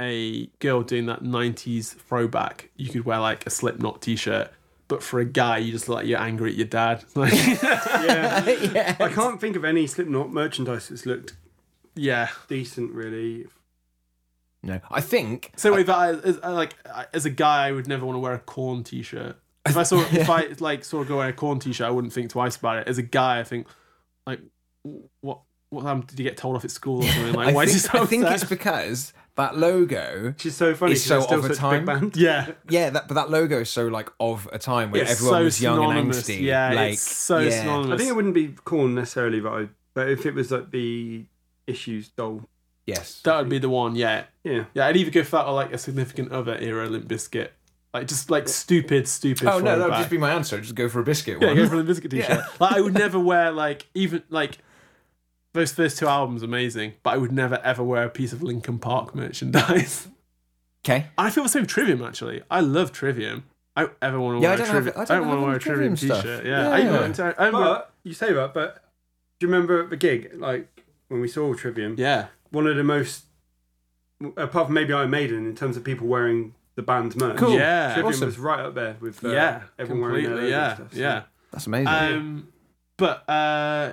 [SPEAKER 3] a girl doing that '90s throwback, you could wear like a Slipknot T-shirt. But for a guy, you just look like you're angry at your dad. Like,
[SPEAKER 5] I can't think of any Slipknot merchandise that's looked
[SPEAKER 3] yeah.
[SPEAKER 5] decent, really.
[SPEAKER 4] No, I think
[SPEAKER 3] So if I, as, I, like I- as a guy, I would never want to wear a corn T-shirt. If I saw, if I like saw a girl wearing a corn T-shirt, I wouldn't think twice about it. As a guy, I think like, what what happened? Did you get told off at school or something? Like,
[SPEAKER 4] I
[SPEAKER 3] why
[SPEAKER 4] think,
[SPEAKER 3] did you
[SPEAKER 4] I think it's because that logo.
[SPEAKER 5] Which is so funny.
[SPEAKER 4] It's
[SPEAKER 5] 'cause they're
[SPEAKER 4] so
[SPEAKER 5] still
[SPEAKER 4] of a
[SPEAKER 5] such a
[SPEAKER 4] time.
[SPEAKER 5] Big band.
[SPEAKER 3] yeah.
[SPEAKER 4] Yeah, that, but that logo is so like of a time when
[SPEAKER 3] It's
[SPEAKER 4] everyone
[SPEAKER 3] so
[SPEAKER 4] was young and
[SPEAKER 3] synonymous.
[SPEAKER 4] angsty.
[SPEAKER 3] Yeah,
[SPEAKER 4] like,
[SPEAKER 3] it's so
[SPEAKER 4] yeah.
[SPEAKER 3] synonymous.
[SPEAKER 5] I think it wouldn't be corn necessarily, but I, but if it was like the issues doll,
[SPEAKER 4] Yes,
[SPEAKER 3] that would be the one. Yeah,
[SPEAKER 5] yeah.
[SPEAKER 3] yeah. I'd either go for that or like a significant other era Limp Biscuit, like just like stupid, stupid.
[SPEAKER 4] Oh no, that would
[SPEAKER 3] throwback.
[SPEAKER 4] just be my answer. Just go for a biscuit.
[SPEAKER 3] Yeah,
[SPEAKER 4] One.
[SPEAKER 3] go for the biscuit t-shirt. Like I would never wear like even like those first two albums amazing, but I would never ever wear a piece of Lincoln Park merchandise.
[SPEAKER 4] Okay.
[SPEAKER 3] I feel the same with Trivium actually. I love Trivium. I don't ever want to
[SPEAKER 4] Yeah,
[SPEAKER 3] wear
[SPEAKER 4] I
[SPEAKER 3] a
[SPEAKER 4] don't have-
[SPEAKER 3] Trivium.
[SPEAKER 4] I
[SPEAKER 3] I
[SPEAKER 4] don't
[SPEAKER 3] don't want
[SPEAKER 4] have
[SPEAKER 3] to wear a
[SPEAKER 4] any
[SPEAKER 3] Trivium,
[SPEAKER 4] Trivium
[SPEAKER 3] t-shirt.
[SPEAKER 4] stuff.
[SPEAKER 3] Yeah,
[SPEAKER 4] Yeah.
[SPEAKER 3] I don't want to- I don't want-
[SPEAKER 5] But you say that, but do you remember at the gig, like when we saw Trivium?
[SPEAKER 3] yeah.
[SPEAKER 5] One of the most, apart from maybe Iron Maiden, in terms of people wearing the band's merch.
[SPEAKER 4] Cool.
[SPEAKER 3] Yeah.
[SPEAKER 5] Trivium
[SPEAKER 4] Awesome.
[SPEAKER 5] was right up there with uh,
[SPEAKER 3] yeah,
[SPEAKER 5] everyone wearing their
[SPEAKER 3] completely.
[SPEAKER 5] logo
[SPEAKER 3] Yeah,
[SPEAKER 5] and stuff. so-
[SPEAKER 3] yeah.
[SPEAKER 4] That's amazing.
[SPEAKER 3] Um, but uh,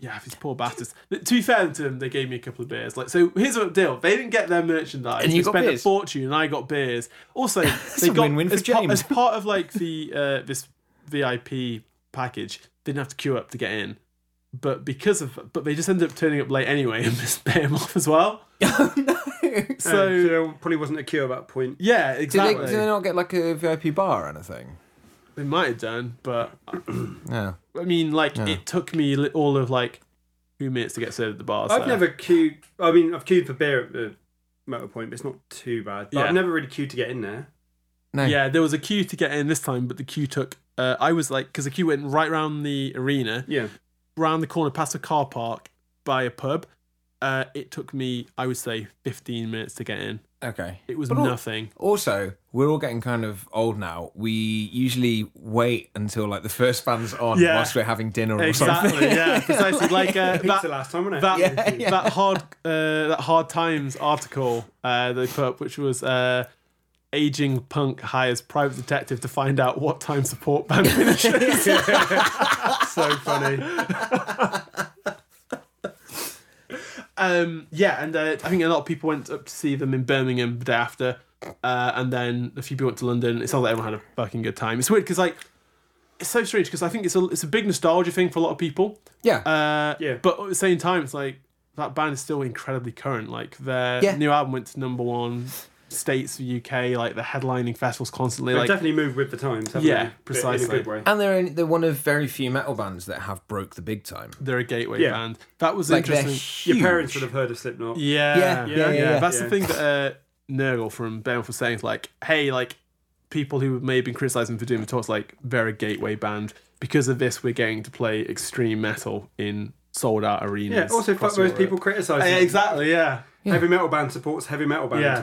[SPEAKER 3] yeah, these poor bastards. Th- To be fair to them, they gave me a couple of beers. Like, so here's what deal: they didn't get their merchandise.
[SPEAKER 4] And you
[SPEAKER 3] they
[SPEAKER 4] got
[SPEAKER 3] spent
[SPEAKER 4] beers.
[SPEAKER 3] a fortune, and I got beers. Also, they
[SPEAKER 4] a
[SPEAKER 3] got
[SPEAKER 4] win-win for
[SPEAKER 3] as, part-
[SPEAKER 4] James.
[SPEAKER 3] as part of like the uh, this VIP package. They didn't have to queue up to get in, but because of but they just ended up turning up late anyway and missed them off as well.
[SPEAKER 5] Uh,
[SPEAKER 3] So
[SPEAKER 5] so there probably wasn't a queue at that point.
[SPEAKER 3] yeah,
[SPEAKER 4] did, they,
[SPEAKER 3] exactly.
[SPEAKER 4] did they not get like a VIP bar or anything?
[SPEAKER 3] they might have done, but
[SPEAKER 4] Yeah.
[SPEAKER 3] I mean, like it took me li- all of like two minutes to get served at the bar. so-
[SPEAKER 5] I've never queued. I mean, I've queued for beer at the metal point, but it's not too bad. But
[SPEAKER 3] Yeah.
[SPEAKER 5] I've never really queued to get in there.
[SPEAKER 4] No.
[SPEAKER 3] Yeah, there was a queue to get in this time, but the queue took. Uh, I was like, because the queue went right round the arena,
[SPEAKER 5] Yeah.
[SPEAKER 3] round the corner, past a car park, by a pub. Uh, it took me, I would say, 15 minutes to get in.
[SPEAKER 4] Okay.
[SPEAKER 3] It was
[SPEAKER 4] al-
[SPEAKER 3] nothing.
[SPEAKER 4] Also, we're all getting kind of old now. We usually wait until like the first band's on
[SPEAKER 3] Yeah.
[SPEAKER 4] whilst we're having dinner or
[SPEAKER 3] Exactly.
[SPEAKER 4] something.
[SPEAKER 3] Yeah, precisely. Like uh,
[SPEAKER 5] Pizza
[SPEAKER 3] that,
[SPEAKER 5] last time, wasn't it?
[SPEAKER 3] that,
[SPEAKER 4] Yeah, yeah.
[SPEAKER 3] that hard, uh, that hard times article uh, they put up, which was. Uh, Aging punk hires private detective to find out what time support band finishes.
[SPEAKER 5] so funny.
[SPEAKER 3] Um, yeah, and uh, I think a lot of people went up to see them in Birmingham the day after, uh, and then a few people went to London. It sounds like everyone had a fucking good time. It's weird because like it's so strange because I think it's a it's a big nostalgia thing for a lot of people.
[SPEAKER 4] Yeah.
[SPEAKER 3] Uh,
[SPEAKER 5] Yeah.
[SPEAKER 3] But at the same time, it's like that band is still incredibly current. Like their
[SPEAKER 4] Yeah.
[SPEAKER 3] new album went to number one states, the UK, like they're headlining festivals constantly.
[SPEAKER 5] They've
[SPEAKER 3] like
[SPEAKER 5] definitely moved with the times. Haven't
[SPEAKER 3] Yeah,
[SPEAKER 5] they? But In
[SPEAKER 3] precisely.
[SPEAKER 5] a good way.
[SPEAKER 4] and they're only, they're one of very few metal bands that have broke the big time.
[SPEAKER 3] they're a gateway
[SPEAKER 5] Yeah.
[SPEAKER 3] band. That was
[SPEAKER 4] Like they're
[SPEAKER 3] interesting.
[SPEAKER 4] huge.
[SPEAKER 5] Your parents would have heard of Slipknot.
[SPEAKER 3] Yeah.
[SPEAKER 4] Yeah, yeah,
[SPEAKER 5] yeah, yeah.
[SPEAKER 3] That's
[SPEAKER 5] Yeah.
[SPEAKER 3] the thing that uh, Nurgle from Baleful was saying. is Like, hey, like, people who may have been criticizing for Doom and Talks, like, they're a gateway band. Because of this, we're going to play extreme metal in sold out arenas.
[SPEAKER 5] Yeah, also fuck
[SPEAKER 3] across
[SPEAKER 5] those
[SPEAKER 3] Europe.
[SPEAKER 5] people criticising.
[SPEAKER 3] Yeah,
[SPEAKER 5] them.
[SPEAKER 3] exactly, yeah.
[SPEAKER 5] Heavy metal band supports heavy metal band.
[SPEAKER 3] Yeah.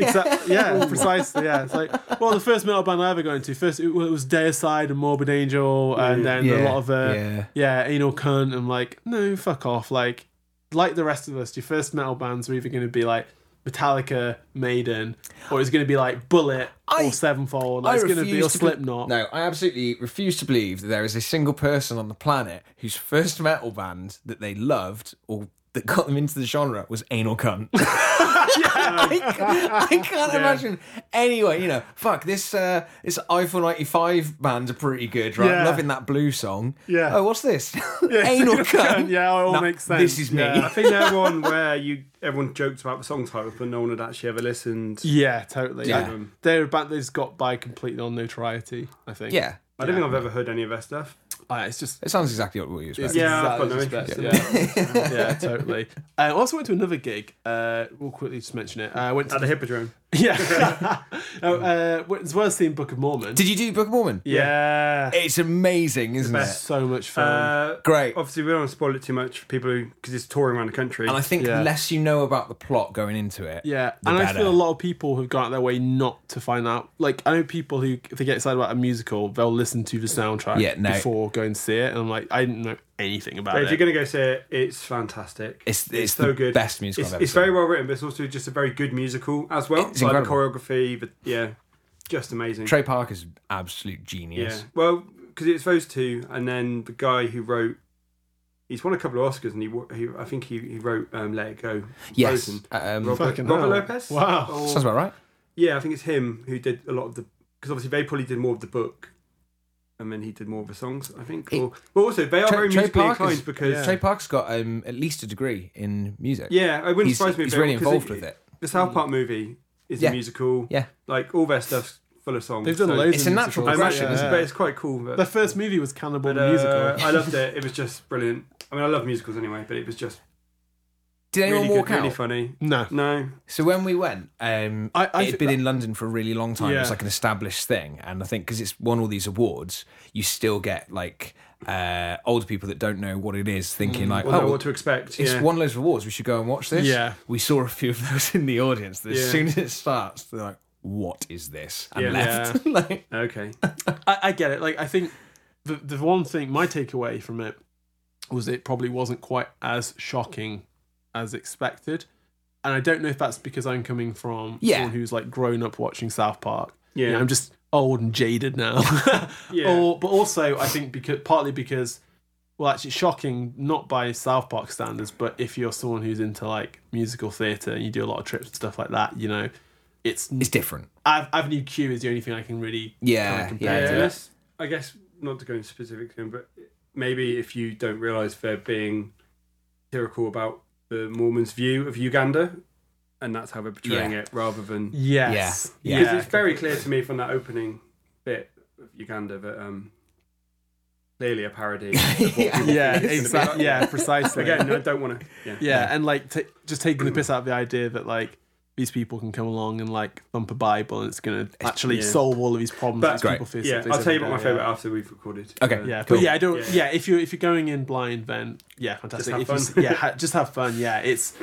[SPEAKER 3] Exactly. Yeah, precisely. Yeah, it's like well, the first metal band I ever got into. First, it was Deicide and Morbid Angel, and then a
[SPEAKER 4] Yeah,
[SPEAKER 3] lot of uh,
[SPEAKER 4] yeah.
[SPEAKER 3] yeah. anal cunt. I'm like, no, fuck off. Like, like the rest of us, your first metal bands were either going to be like Metallica, Maiden, or it's going to be like Bullet
[SPEAKER 4] I-
[SPEAKER 3] or Sevenfold. Like, it's going to be or
[SPEAKER 4] refuse be-
[SPEAKER 3] Slipknot.
[SPEAKER 4] no, I absolutely refuse to believe that there is a single person on the planet whose first metal band that they loved or that got them into the genre was Anal Cunt. I, ca- I can't imagine. Anyway, you know, fuck this. Uh, this iPhone ninety five bands are pretty good, right?
[SPEAKER 3] Yeah.
[SPEAKER 4] Loving that blue song.
[SPEAKER 3] Yeah.
[SPEAKER 4] Oh, what's this? Anal cunt.
[SPEAKER 3] Yeah, it all
[SPEAKER 4] Nah,
[SPEAKER 3] makes sense.
[SPEAKER 4] This is me.
[SPEAKER 5] I
[SPEAKER 3] Yeah.
[SPEAKER 5] think they're one where you everyone joked about the song titles, but no one had actually ever listened.
[SPEAKER 3] Yeah, totally.
[SPEAKER 4] Yeah.
[SPEAKER 3] Um, They're about they've got by completely on notoriety. I think.
[SPEAKER 4] yeah.
[SPEAKER 5] I don't think I've ever heard any of their stuff.
[SPEAKER 3] Uh, it's just
[SPEAKER 4] It sounds exactly what we expect.
[SPEAKER 3] It's
[SPEAKER 4] Yeah.
[SPEAKER 5] Yeah, I've
[SPEAKER 3] exactly
[SPEAKER 5] got no
[SPEAKER 3] as you expect, Yeah, Yeah, totally. Uh, I also went to another gig. Uh, we'll quickly just mention it. Uh, I went to
[SPEAKER 5] At the Hippodrome.
[SPEAKER 3] yeah, no, uh, went- as well as seeing Book of Mormon.
[SPEAKER 4] Did you do Book of Mormon?
[SPEAKER 3] yeah,
[SPEAKER 4] It's amazing, isn't it?
[SPEAKER 3] so much
[SPEAKER 4] Mm.
[SPEAKER 3] fun.
[SPEAKER 5] Uh,
[SPEAKER 4] Great.
[SPEAKER 5] Obviously, we don't want to spoil it too much for people who, because it's touring around the country.
[SPEAKER 4] And I think
[SPEAKER 3] Yeah.
[SPEAKER 4] less you know about the plot going into it,
[SPEAKER 3] yeah,
[SPEAKER 4] the
[SPEAKER 3] and I
[SPEAKER 4] better.
[SPEAKER 3] feel a lot of people have gone out their way not to find out. Like I know people who, if they get excited about a musical, they'll listen to the soundtrack
[SPEAKER 4] Yeah, no.
[SPEAKER 3] before going to see it. And I'm like, I didn't know anything about
[SPEAKER 5] But
[SPEAKER 3] it.
[SPEAKER 5] if you're going to go see it, it's fantastic.
[SPEAKER 4] It's- it's
[SPEAKER 5] so
[SPEAKER 4] the
[SPEAKER 5] good.
[SPEAKER 4] best musical
[SPEAKER 5] It's,
[SPEAKER 4] I've ever
[SPEAKER 5] it's very
[SPEAKER 4] seen.
[SPEAKER 5] well written, but it's also just a very good musical as well.
[SPEAKER 4] It's
[SPEAKER 5] like the
[SPEAKER 4] incredible.
[SPEAKER 5] choreography, but yeah, just amazing.
[SPEAKER 4] Trey Parker's an absolute
[SPEAKER 5] yeah.
[SPEAKER 4] genius.
[SPEAKER 5] Well, because it's those two, and then the guy who wrote. He's won a couple of Oscars, and he, wo- he I think he, he wrote um, "Let It Go."
[SPEAKER 4] Yes.
[SPEAKER 5] Rosen.
[SPEAKER 4] Um,
[SPEAKER 5] Robert,
[SPEAKER 3] Fucking
[SPEAKER 5] Robert
[SPEAKER 3] hell.
[SPEAKER 5] Lopez.
[SPEAKER 3] Wow.
[SPEAKER 5] Or-
[SPEAKER 4] sounds about right.
[SPEAKER 5] yeah, I think it's him who did a lot of the because obviously they probably did more of the book, and then he did more of the songs. I think.
[SPEAKER 4] It-
[SPEAKER 5] or, but also they are very musically inclined because
[SPEAKER 4] Trey Parker's got um, at least a degree in music.
[SPEAKER 5] yeah, it wouldn't
[SPEAKER 4] He's-
[SPEAKER 5] surprise me. if
[SPEAKER 4] he's
[SPEAKER 5] they-
[SPEAKER 4] really
[SPEAKER 5] 'cause
[SPEAKER 4] involved with it. Mm.
[SPEAKER 5] The South Park movie is
[SPEAKER 4] Yeah.
[SPEAKER 5] a musical.
[SPEAKER 4] Yeah.
[SPEAKER 5] like all their stuff's full of songs.
[SPEAKER 3] They've done
[SPEAKER 5] so-
[SPEAKER 3] loads.
[SPEAKER 4] It's
[SPEAKER 3] of
[SPEAKER 4] a natural
[SPEAKER 3] musicals.
[SPEAKER 5] I
[SPEAKER 4] progression,
[SPEAKER 5] imagine,
[SPEAKER 4] Yeah.
[SPEAKER 5] it's, but it's quite cool. But,
[SPEAKER 3] Their first movie was Cannibal
[SPEAKER 5] but,
[SPEAKER 3] the
[SPEAKER 5] uh,
[SPEAKER 3] Musical.
[SPEAKER 5] I loved it. It was just brilliant. I mean, I love musicals anyway, but it was just
[SPEAKER 4] Did anyone
[SPEAKER 5] really
[SPEAKER 4] walk out?
[SPEAKER 5] good, really funny.
[SPEAKER 3] No.
[SPEAKER 5] No,
[SPEAKER 4] So when we went, um,
[SPEAKER 3] I- I
[SPEAKER 4] it had
[SPEAKER 3] think
[SPEAKER 4] been
[SPEAKER 3] that-
[SPEAKER 4] in London for a really long time. It was
[SPEAKER 3] Yeah.
[SPEAKER 4] like an established thing, and I think because it's won all these awards, you still get like uh, older people that don't know what it is, thinking like,
[SPEAKER 5] Mm. Well,
[SPEAKER 4] "Oh,
[SPEAKER 5] know what to expect.
[SPEAKER 4] it's
[SPEAKER 5] yeah.
[SPEAKER 4] won loads of awards. We should go and watch this."
[SPEAKER 3] Yeah.
[SPEAKER 4] we saw a few of those in the audience. That As
[SPEAKER 5] Yeah.
[SPEAKER 4] soon as it starts, they're like, "What is this?" and
[SPEAKER 5] Yeah.
[SPEAKER 4] left. like,
[SPEAKER 5] Okay.
[SPEAKER 3] I, I get it. Like I think the the one thing my takeaway from it was it probably wasn't quite as shocking as expected, and I don't know if that's because I'm coming from
[SPEAKER 4] Yeah.
[SPEAKER 3] someone who's like grown up watching South Park.
[SPEAKER 5] Yeah.
[SPEAKER 3] You know, I'm just old and jaded now.
[SPEAKER 5] Yeah.
[SPEAKER 3] Or, but also I think because partly because well actually shocking not by South Park standards, but if you're someone who's into like musical theatre and you do a lot of trips and stuff like that, you know. It's,
[SPEAKER 4] it's different.
[SPEAKER 3] Av- Avenue Q is the only thing I can really
[SPEAKER 4] Yeah,
[SPEAKER 3] kinda compare
[SPEAKER 4] yeah,
[SPEAKER 5] Yeah,
[SPEAKER 3] to.
[SPEAKER 5] unless- I guess not to go into specifics, but maybe if you don't realise they're being satirical about the Mormons' view of Uganda, and that's how they're portraying
[SPEAKER 4] Yeah.
[SPEAKER 5] it, rather than because
[SPEAKER 3] Yes.
[SPEAKER 4] Yeah.
[SPEAKER 5] it's very clear to me from that opening bit of Uganda that um, clearly a parody.
[SPEAKER 4] yeah,
[SPEAKER 3] Yeah,
[SPEAKER 4] It's a bit
[SPEAKER 3] exactly. Yeah, precisely.
[SPEAKER 5] Again, I don't want to. Yeah.
[SPEAKER 3] yeah, and like ta just taking the piss out of the idea that like these people can come along and like bump a Bible and it's going to actually
[SPEAKER 5] yeah.
[SPEAKER 3] solve all of these problems.
[SPEAKER 5] But-
[SPEAKER 3] that these
[SPEAKER 4] Great.
[SPEAKER 3] people face.
[SPEAKER 5] Yeah,
[SPEAKER 3] face
[SPEAKER 5] I'll tell you
[SPEAKER 3] every
[SPEAKER 5] about my
[SPEAKER 3] day,
[SPEAKER 5] favourite after we've recorded.
[SPEAKER 4] Okay.
[SPEAKER 5] Uh,
[SPEAKER 3] Yeah, yeah.
[SPEAKER 4] Cool.
[SPEAKER 3] but yeah, I don't.
[SPEAKER 5] Yeah.
[SPEAKER 3] Yeah. if you if you're going in blind, then yeah, fantastic.
[SPEAKER 5] have
[SPEAKER 3] if you,
[SPEAKER 5] fun.
[SPEAKER 3] yeah, ha- just have fun. Yeah, it's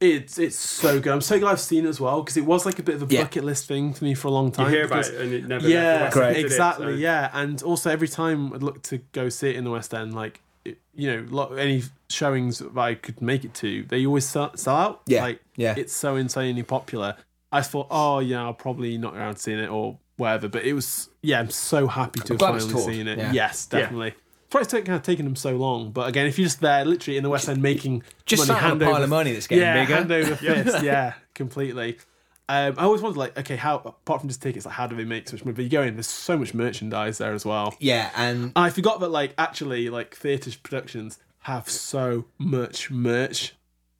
[SPEAKER 3] it's it's so good. I'm so glad I've seen it as well because it was like a bit of a
[SPEAKER 4] Yeah.
[SPEAKER 3] bucket list thing for me for a long
[SPEAKER 5] You
[SPEAKER 3] time.
[SPEAKER 5] hear about
[SPEAKER 3] because-
[SPEAKER 5] it and it never.
[SPEAKER 3] yeah,
[SPEAKER 5] left the West End, did it?
[SPEAKER 3] exactly.
[SPEAKER 5] So-
[SPEAKER 3] Yeah, and also every time I'd look to go see it in the West End, like it, you know, lot, any showings that I could make it to, they always sell, sell out.
[SPEAKER 4] Yeah,
[SPEAKER 3] like
[SPEAKER 4] yeah.
[SPEAKER 3] it's so insanely popular. I thought, oh yeah, I'll probably not around seeing it or whatever. But it was, yeah, I'm so happy to have
[SPEAKER 4] glad it's
[SPEAKER 3] finally
[SPEAKER 4] toured,
[SPEAKER 3] seen it.
[SPEAKER 4] yeah.
[SPEAKER 3] Yes,
[SPEAKER 5] Yeah.
[SPEAKER 3] definitely. Probably taken, kind of taken them so long, but again, if you're just there, literally in the West End making
[SPEAKER 4] Just
[SPEAKER 3] money,
[SPEAKER 4] sat on
[SPEAKER 3] hand
[SPEAKER 4] a pile
[SPEAKER 3] over
[SPEAKER 4] of money that's getting
[SPEAKER 3] yeah,
[SPEAKER 4] bigger.
[SPEAKER 3] hand over fist. yeah, completely. Um, I always wondered, like, okay, how apart from just tickets, like, how do they make so much money? But you go in, there's so much merchandise there as well.
[SPEAKER 4] yeah, and
[SPEAKER 3] And I forgot that, like, actually, like, theatre productions have so much merch.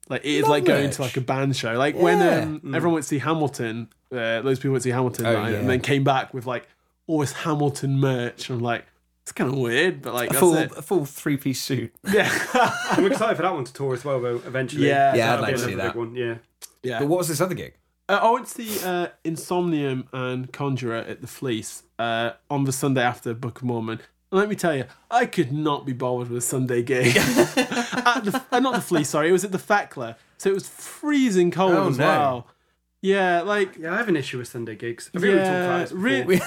[SPEAKER 3] Like, it is like going to
[SPEAKER 4] merch.
[SPEAKER 3] like a band show. Like when
[SPEAKER 4] Yeah. Hmm.
[SPEAKER 3] um, everyone went to see Hamilton, uh, those people went to see Hamilton,
[SPEAKER 4] Oh,
[SPEAKER 3] right,
[SPEAKER 4] yeah.
[SPEAKER 3] and then came back with like all this Hamilton merch. I'm like, it's kind of weird, but like,
[SPEAKER 4] a
[SPEAKER 3] that's
[SPEAKER 4] full
[SPEAKER 3] it.
[SPEAKER 4] a full three piece suit.
[SPEAKER 3] yeah,
[SPEAKER 5] I'm excited for that one to tour as well, though. Eventually,
[SPEAKER 3] Yeah,
[SPEAKER 4] Yeah, I'd
[SPEAKER 5] That'll
[SPEAKER 4] like to
[SPEAKER 5] be
[SPEAKER 4] see
[SPEAKER 5] another
[SPEAKER 4] that.
[SPEAKER 5] big one. Yeah,
[SPEAKER 3] yeah.
[SPEAKER 4] But what was this other gig?
[SPEAKER 3] Uh, I went to see uh, Insomnium and Conjurer at the Fleece uh, on the Sunday after Book of Mormon. And let me tell you, I could not be bothered with a Sunday gig. at the, uh, not the Fleece, sorry, it was at the Fackler. So it was freezing cold
[SPEAKER 4] Oh,
[SPEAKER 3] as
[SPEAKER 4] no.
[SPEAKER 3] well. Yeah, like.
[SPEAKER 5] yeah. I have an issue with Sunday gigs. I've really talked about
[SPEAKER 3] Yeah,
[SPEAKER 5] this before.
[SPEAKER 3] really.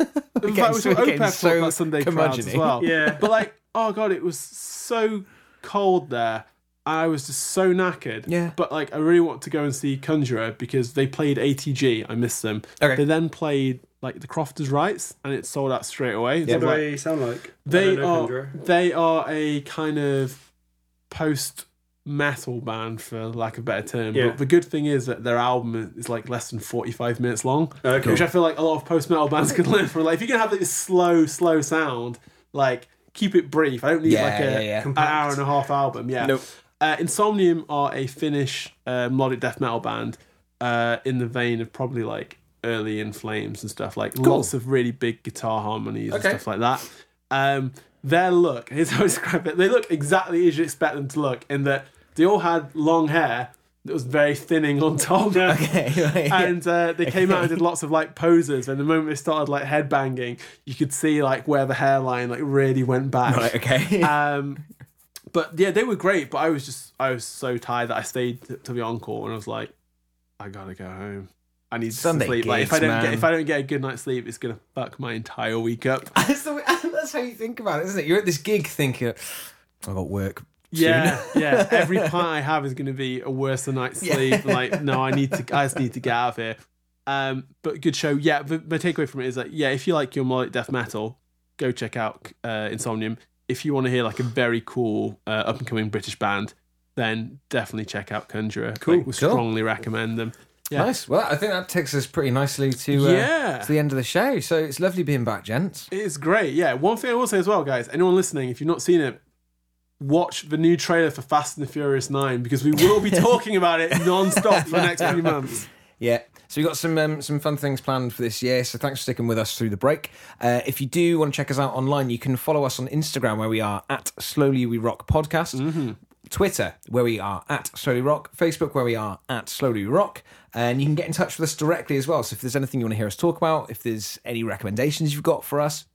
[SPEAKER 3] In
[SPEAKER 4] getting
[SPEAKER 3] fact, we
[SPEAKER 4] so-
[SPEAKER 3] saw
[SPEAKER 4] we're getting
[SPEAKER 3] OPEP
[SPEAKER 4] so
[SPEAKER 3] so about Sunday crowds as
[SPEAKER 4] curmudgeon-y.
[SPEAKER 3] well.
[SPEAKER 5] Yeah.
[SPEAKER 3] But like, oh god, it was so cold there. And I was just so knackered.
[SPEAKER 4] Yeah.
[SPEAKER 3] But like, I really want to go and see Conjurer because they played ATG. I missed them.
[SPEAKER 4] Okay.
[SPEAKER 3] They then played like the Crofters' Rights, and it sold out straight away. So,
[SPEAKER 5] What do
[SPEAKER 3] like,
[SPEAKER 5] they sound like? I
[SPEAKER 3] they
[SPEAKER 5] don't know
[SPEAKER 3] are
[SPEAKER 5] Kendra.
[SPEAKER 3] they are a kind of post metal band, for lack of a better term.
[SPEAKER 5] Yeah.
[SPEAKER 3] But the good thing is that their album is like less than 45 minutes long,
[SPEAKER 5] Okay.
[SPEAKER 3] which I feel like a lot of post metal bands can learn from. Like, if you're going to have this slow, slow sound, like, keep it brief. I don't need
[SPEAKER 4] Yeah,
[SPEAKER 3] like
[SPEAKER 4] yeah,
[SPEAKER 3] a,
[SPEAKER 4] yeah.
[SPEAKER 3] an hour and a half album. Yeah.
[SPEAKER 4] Nope.
[SPEAKER 3] Uh, Insomnium are a Finnish uh, melodic death metal band uh, in the vein of probably like early In Flames and stuff, like lots of really big guitar harmonies
[SPEAKER 4] Okay.
[SPEAKER 3] and stuff like that. Um, their look, here's how I describe it. They look exactly as you expect them to look, in that they all had long hair that was very thinning on top. And uh, they came out and did lots of like poses, and the moment they started like headbanging, you could see like where the hairline like really went back.
[SPEAKER 4] right, okay.
[SPEAKER 3] Um, but yeah, they were great. But I was just I was so tired that I stayed t- to the encore, and I was like, I gotta go home. I need
[SPEAKER 4] Sunday
[SPEAKER 3] some sleep. like if
[SPEAKER 4] gigs,
[SPEAKER 3] I don't
[SPEAKER 4] man.
[SPEAKER 3] get if I don't get a good night's sleep, it's gonna fuck my entire week up.
[SPEAKER 4] that's, the, way- that's how you think about it, isn't it? You're at this gig thinking, I got work.
[SPEAKER 3] Yeah, yeah. Every pint I have is gonna be a worse than night's sleep. Like no, I need to. I just need to get out of here. Um, but good show. Yeah, the, the takeaway from it is like, yeah, if you like your melodic death metal, go check out uh, Insomnium. If you want to hear like a very cool uh, up and coming British band, then definitely check out Conjurer. Cool, we
[SPEAKER 4] cool.
[SPEAKER 3] strongly recommend them. Yeah.
[SPEAKER 4] Nice. Well, I think that takes us pretty nicely to uh,
[SPEAKER 3] Yeah.
[SPEAKER 4] to the end of the show. So it's lovely being back, gents.
[SPEAKER 3] It is great. Yeah. One thing I will say as well, guys, anyone listening, if you've not seen it, watch the new trailer for Fast and the Furious 9 because we will be talking about it non-stop for the next few months.
[SPEAKER 4] Yeah. So we've got some um, some fun things planned for this year. So thanks for sticking with us through the break. Uh, if you do want to check us out online, you can follow us on Instagram where we are at Slowly We Rock Podcast. Twitter, where we are at Slowly Rock, Facebook, where we are at Slowly Rock, and you can get in touch with us directly as well. So, if there's anything you want to hear us talk about, if there's any recommendations you've got for us,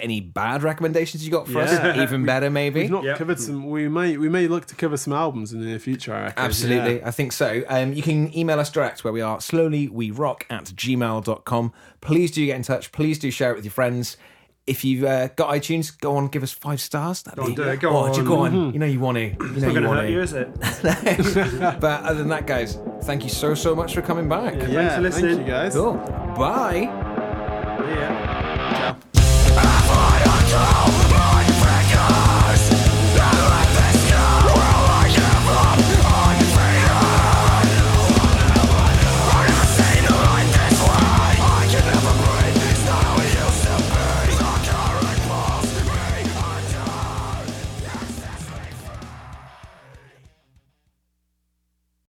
[SPEAKER 4] any bad recommendations you got for us,
[SPEAKER 3] Yeah.
[SPEAKER 4] even better, maybe.
[SPEAKER 3] We've not
[SPEAKER 5] Yep.
[SPEAKER 3] covered some. We may we may look to cover some albums in the near future. I reckon.
[SPEAKER 4] Absolutely,
[SPEAKER 3] Yeah.
[SPEAKER 4] I think so. Um, you can email us direct where we are slowly we rock at gmail.com. Please do get in touch. Please do share it with your friends. If you've uh, got iTunes, go on, give us five stars. That'd
[SPEAKER 5] Go
[SPEAKER 4] be,
[SPEAKER 5] on, do it. Go
[SPEAKER 4] oh,
[SPEAKER 5] on.
[SPEAKER 4] Go on. You know you want to. You know
[SPEAKER 5] Not
[SPEAKER 4] you
[SPEAKER 5] going to
[SPEAKER 4] want
[SPEAKER 5] hurt
[SPEAKER 4] to.
[SPEAKER 5] you, is it?
[SPEAKER 4] but other than that, guys, thank you so, so much for coming back.
[SPEAKER 5] Thanks for
[SPEAKER 3] Yeah, thank
[SPEAKER 5] listening.
[SPEAKER 3] you guys.
[SPEAKER 4] Cool. Bye.
[SPEAKER 5] Yeah.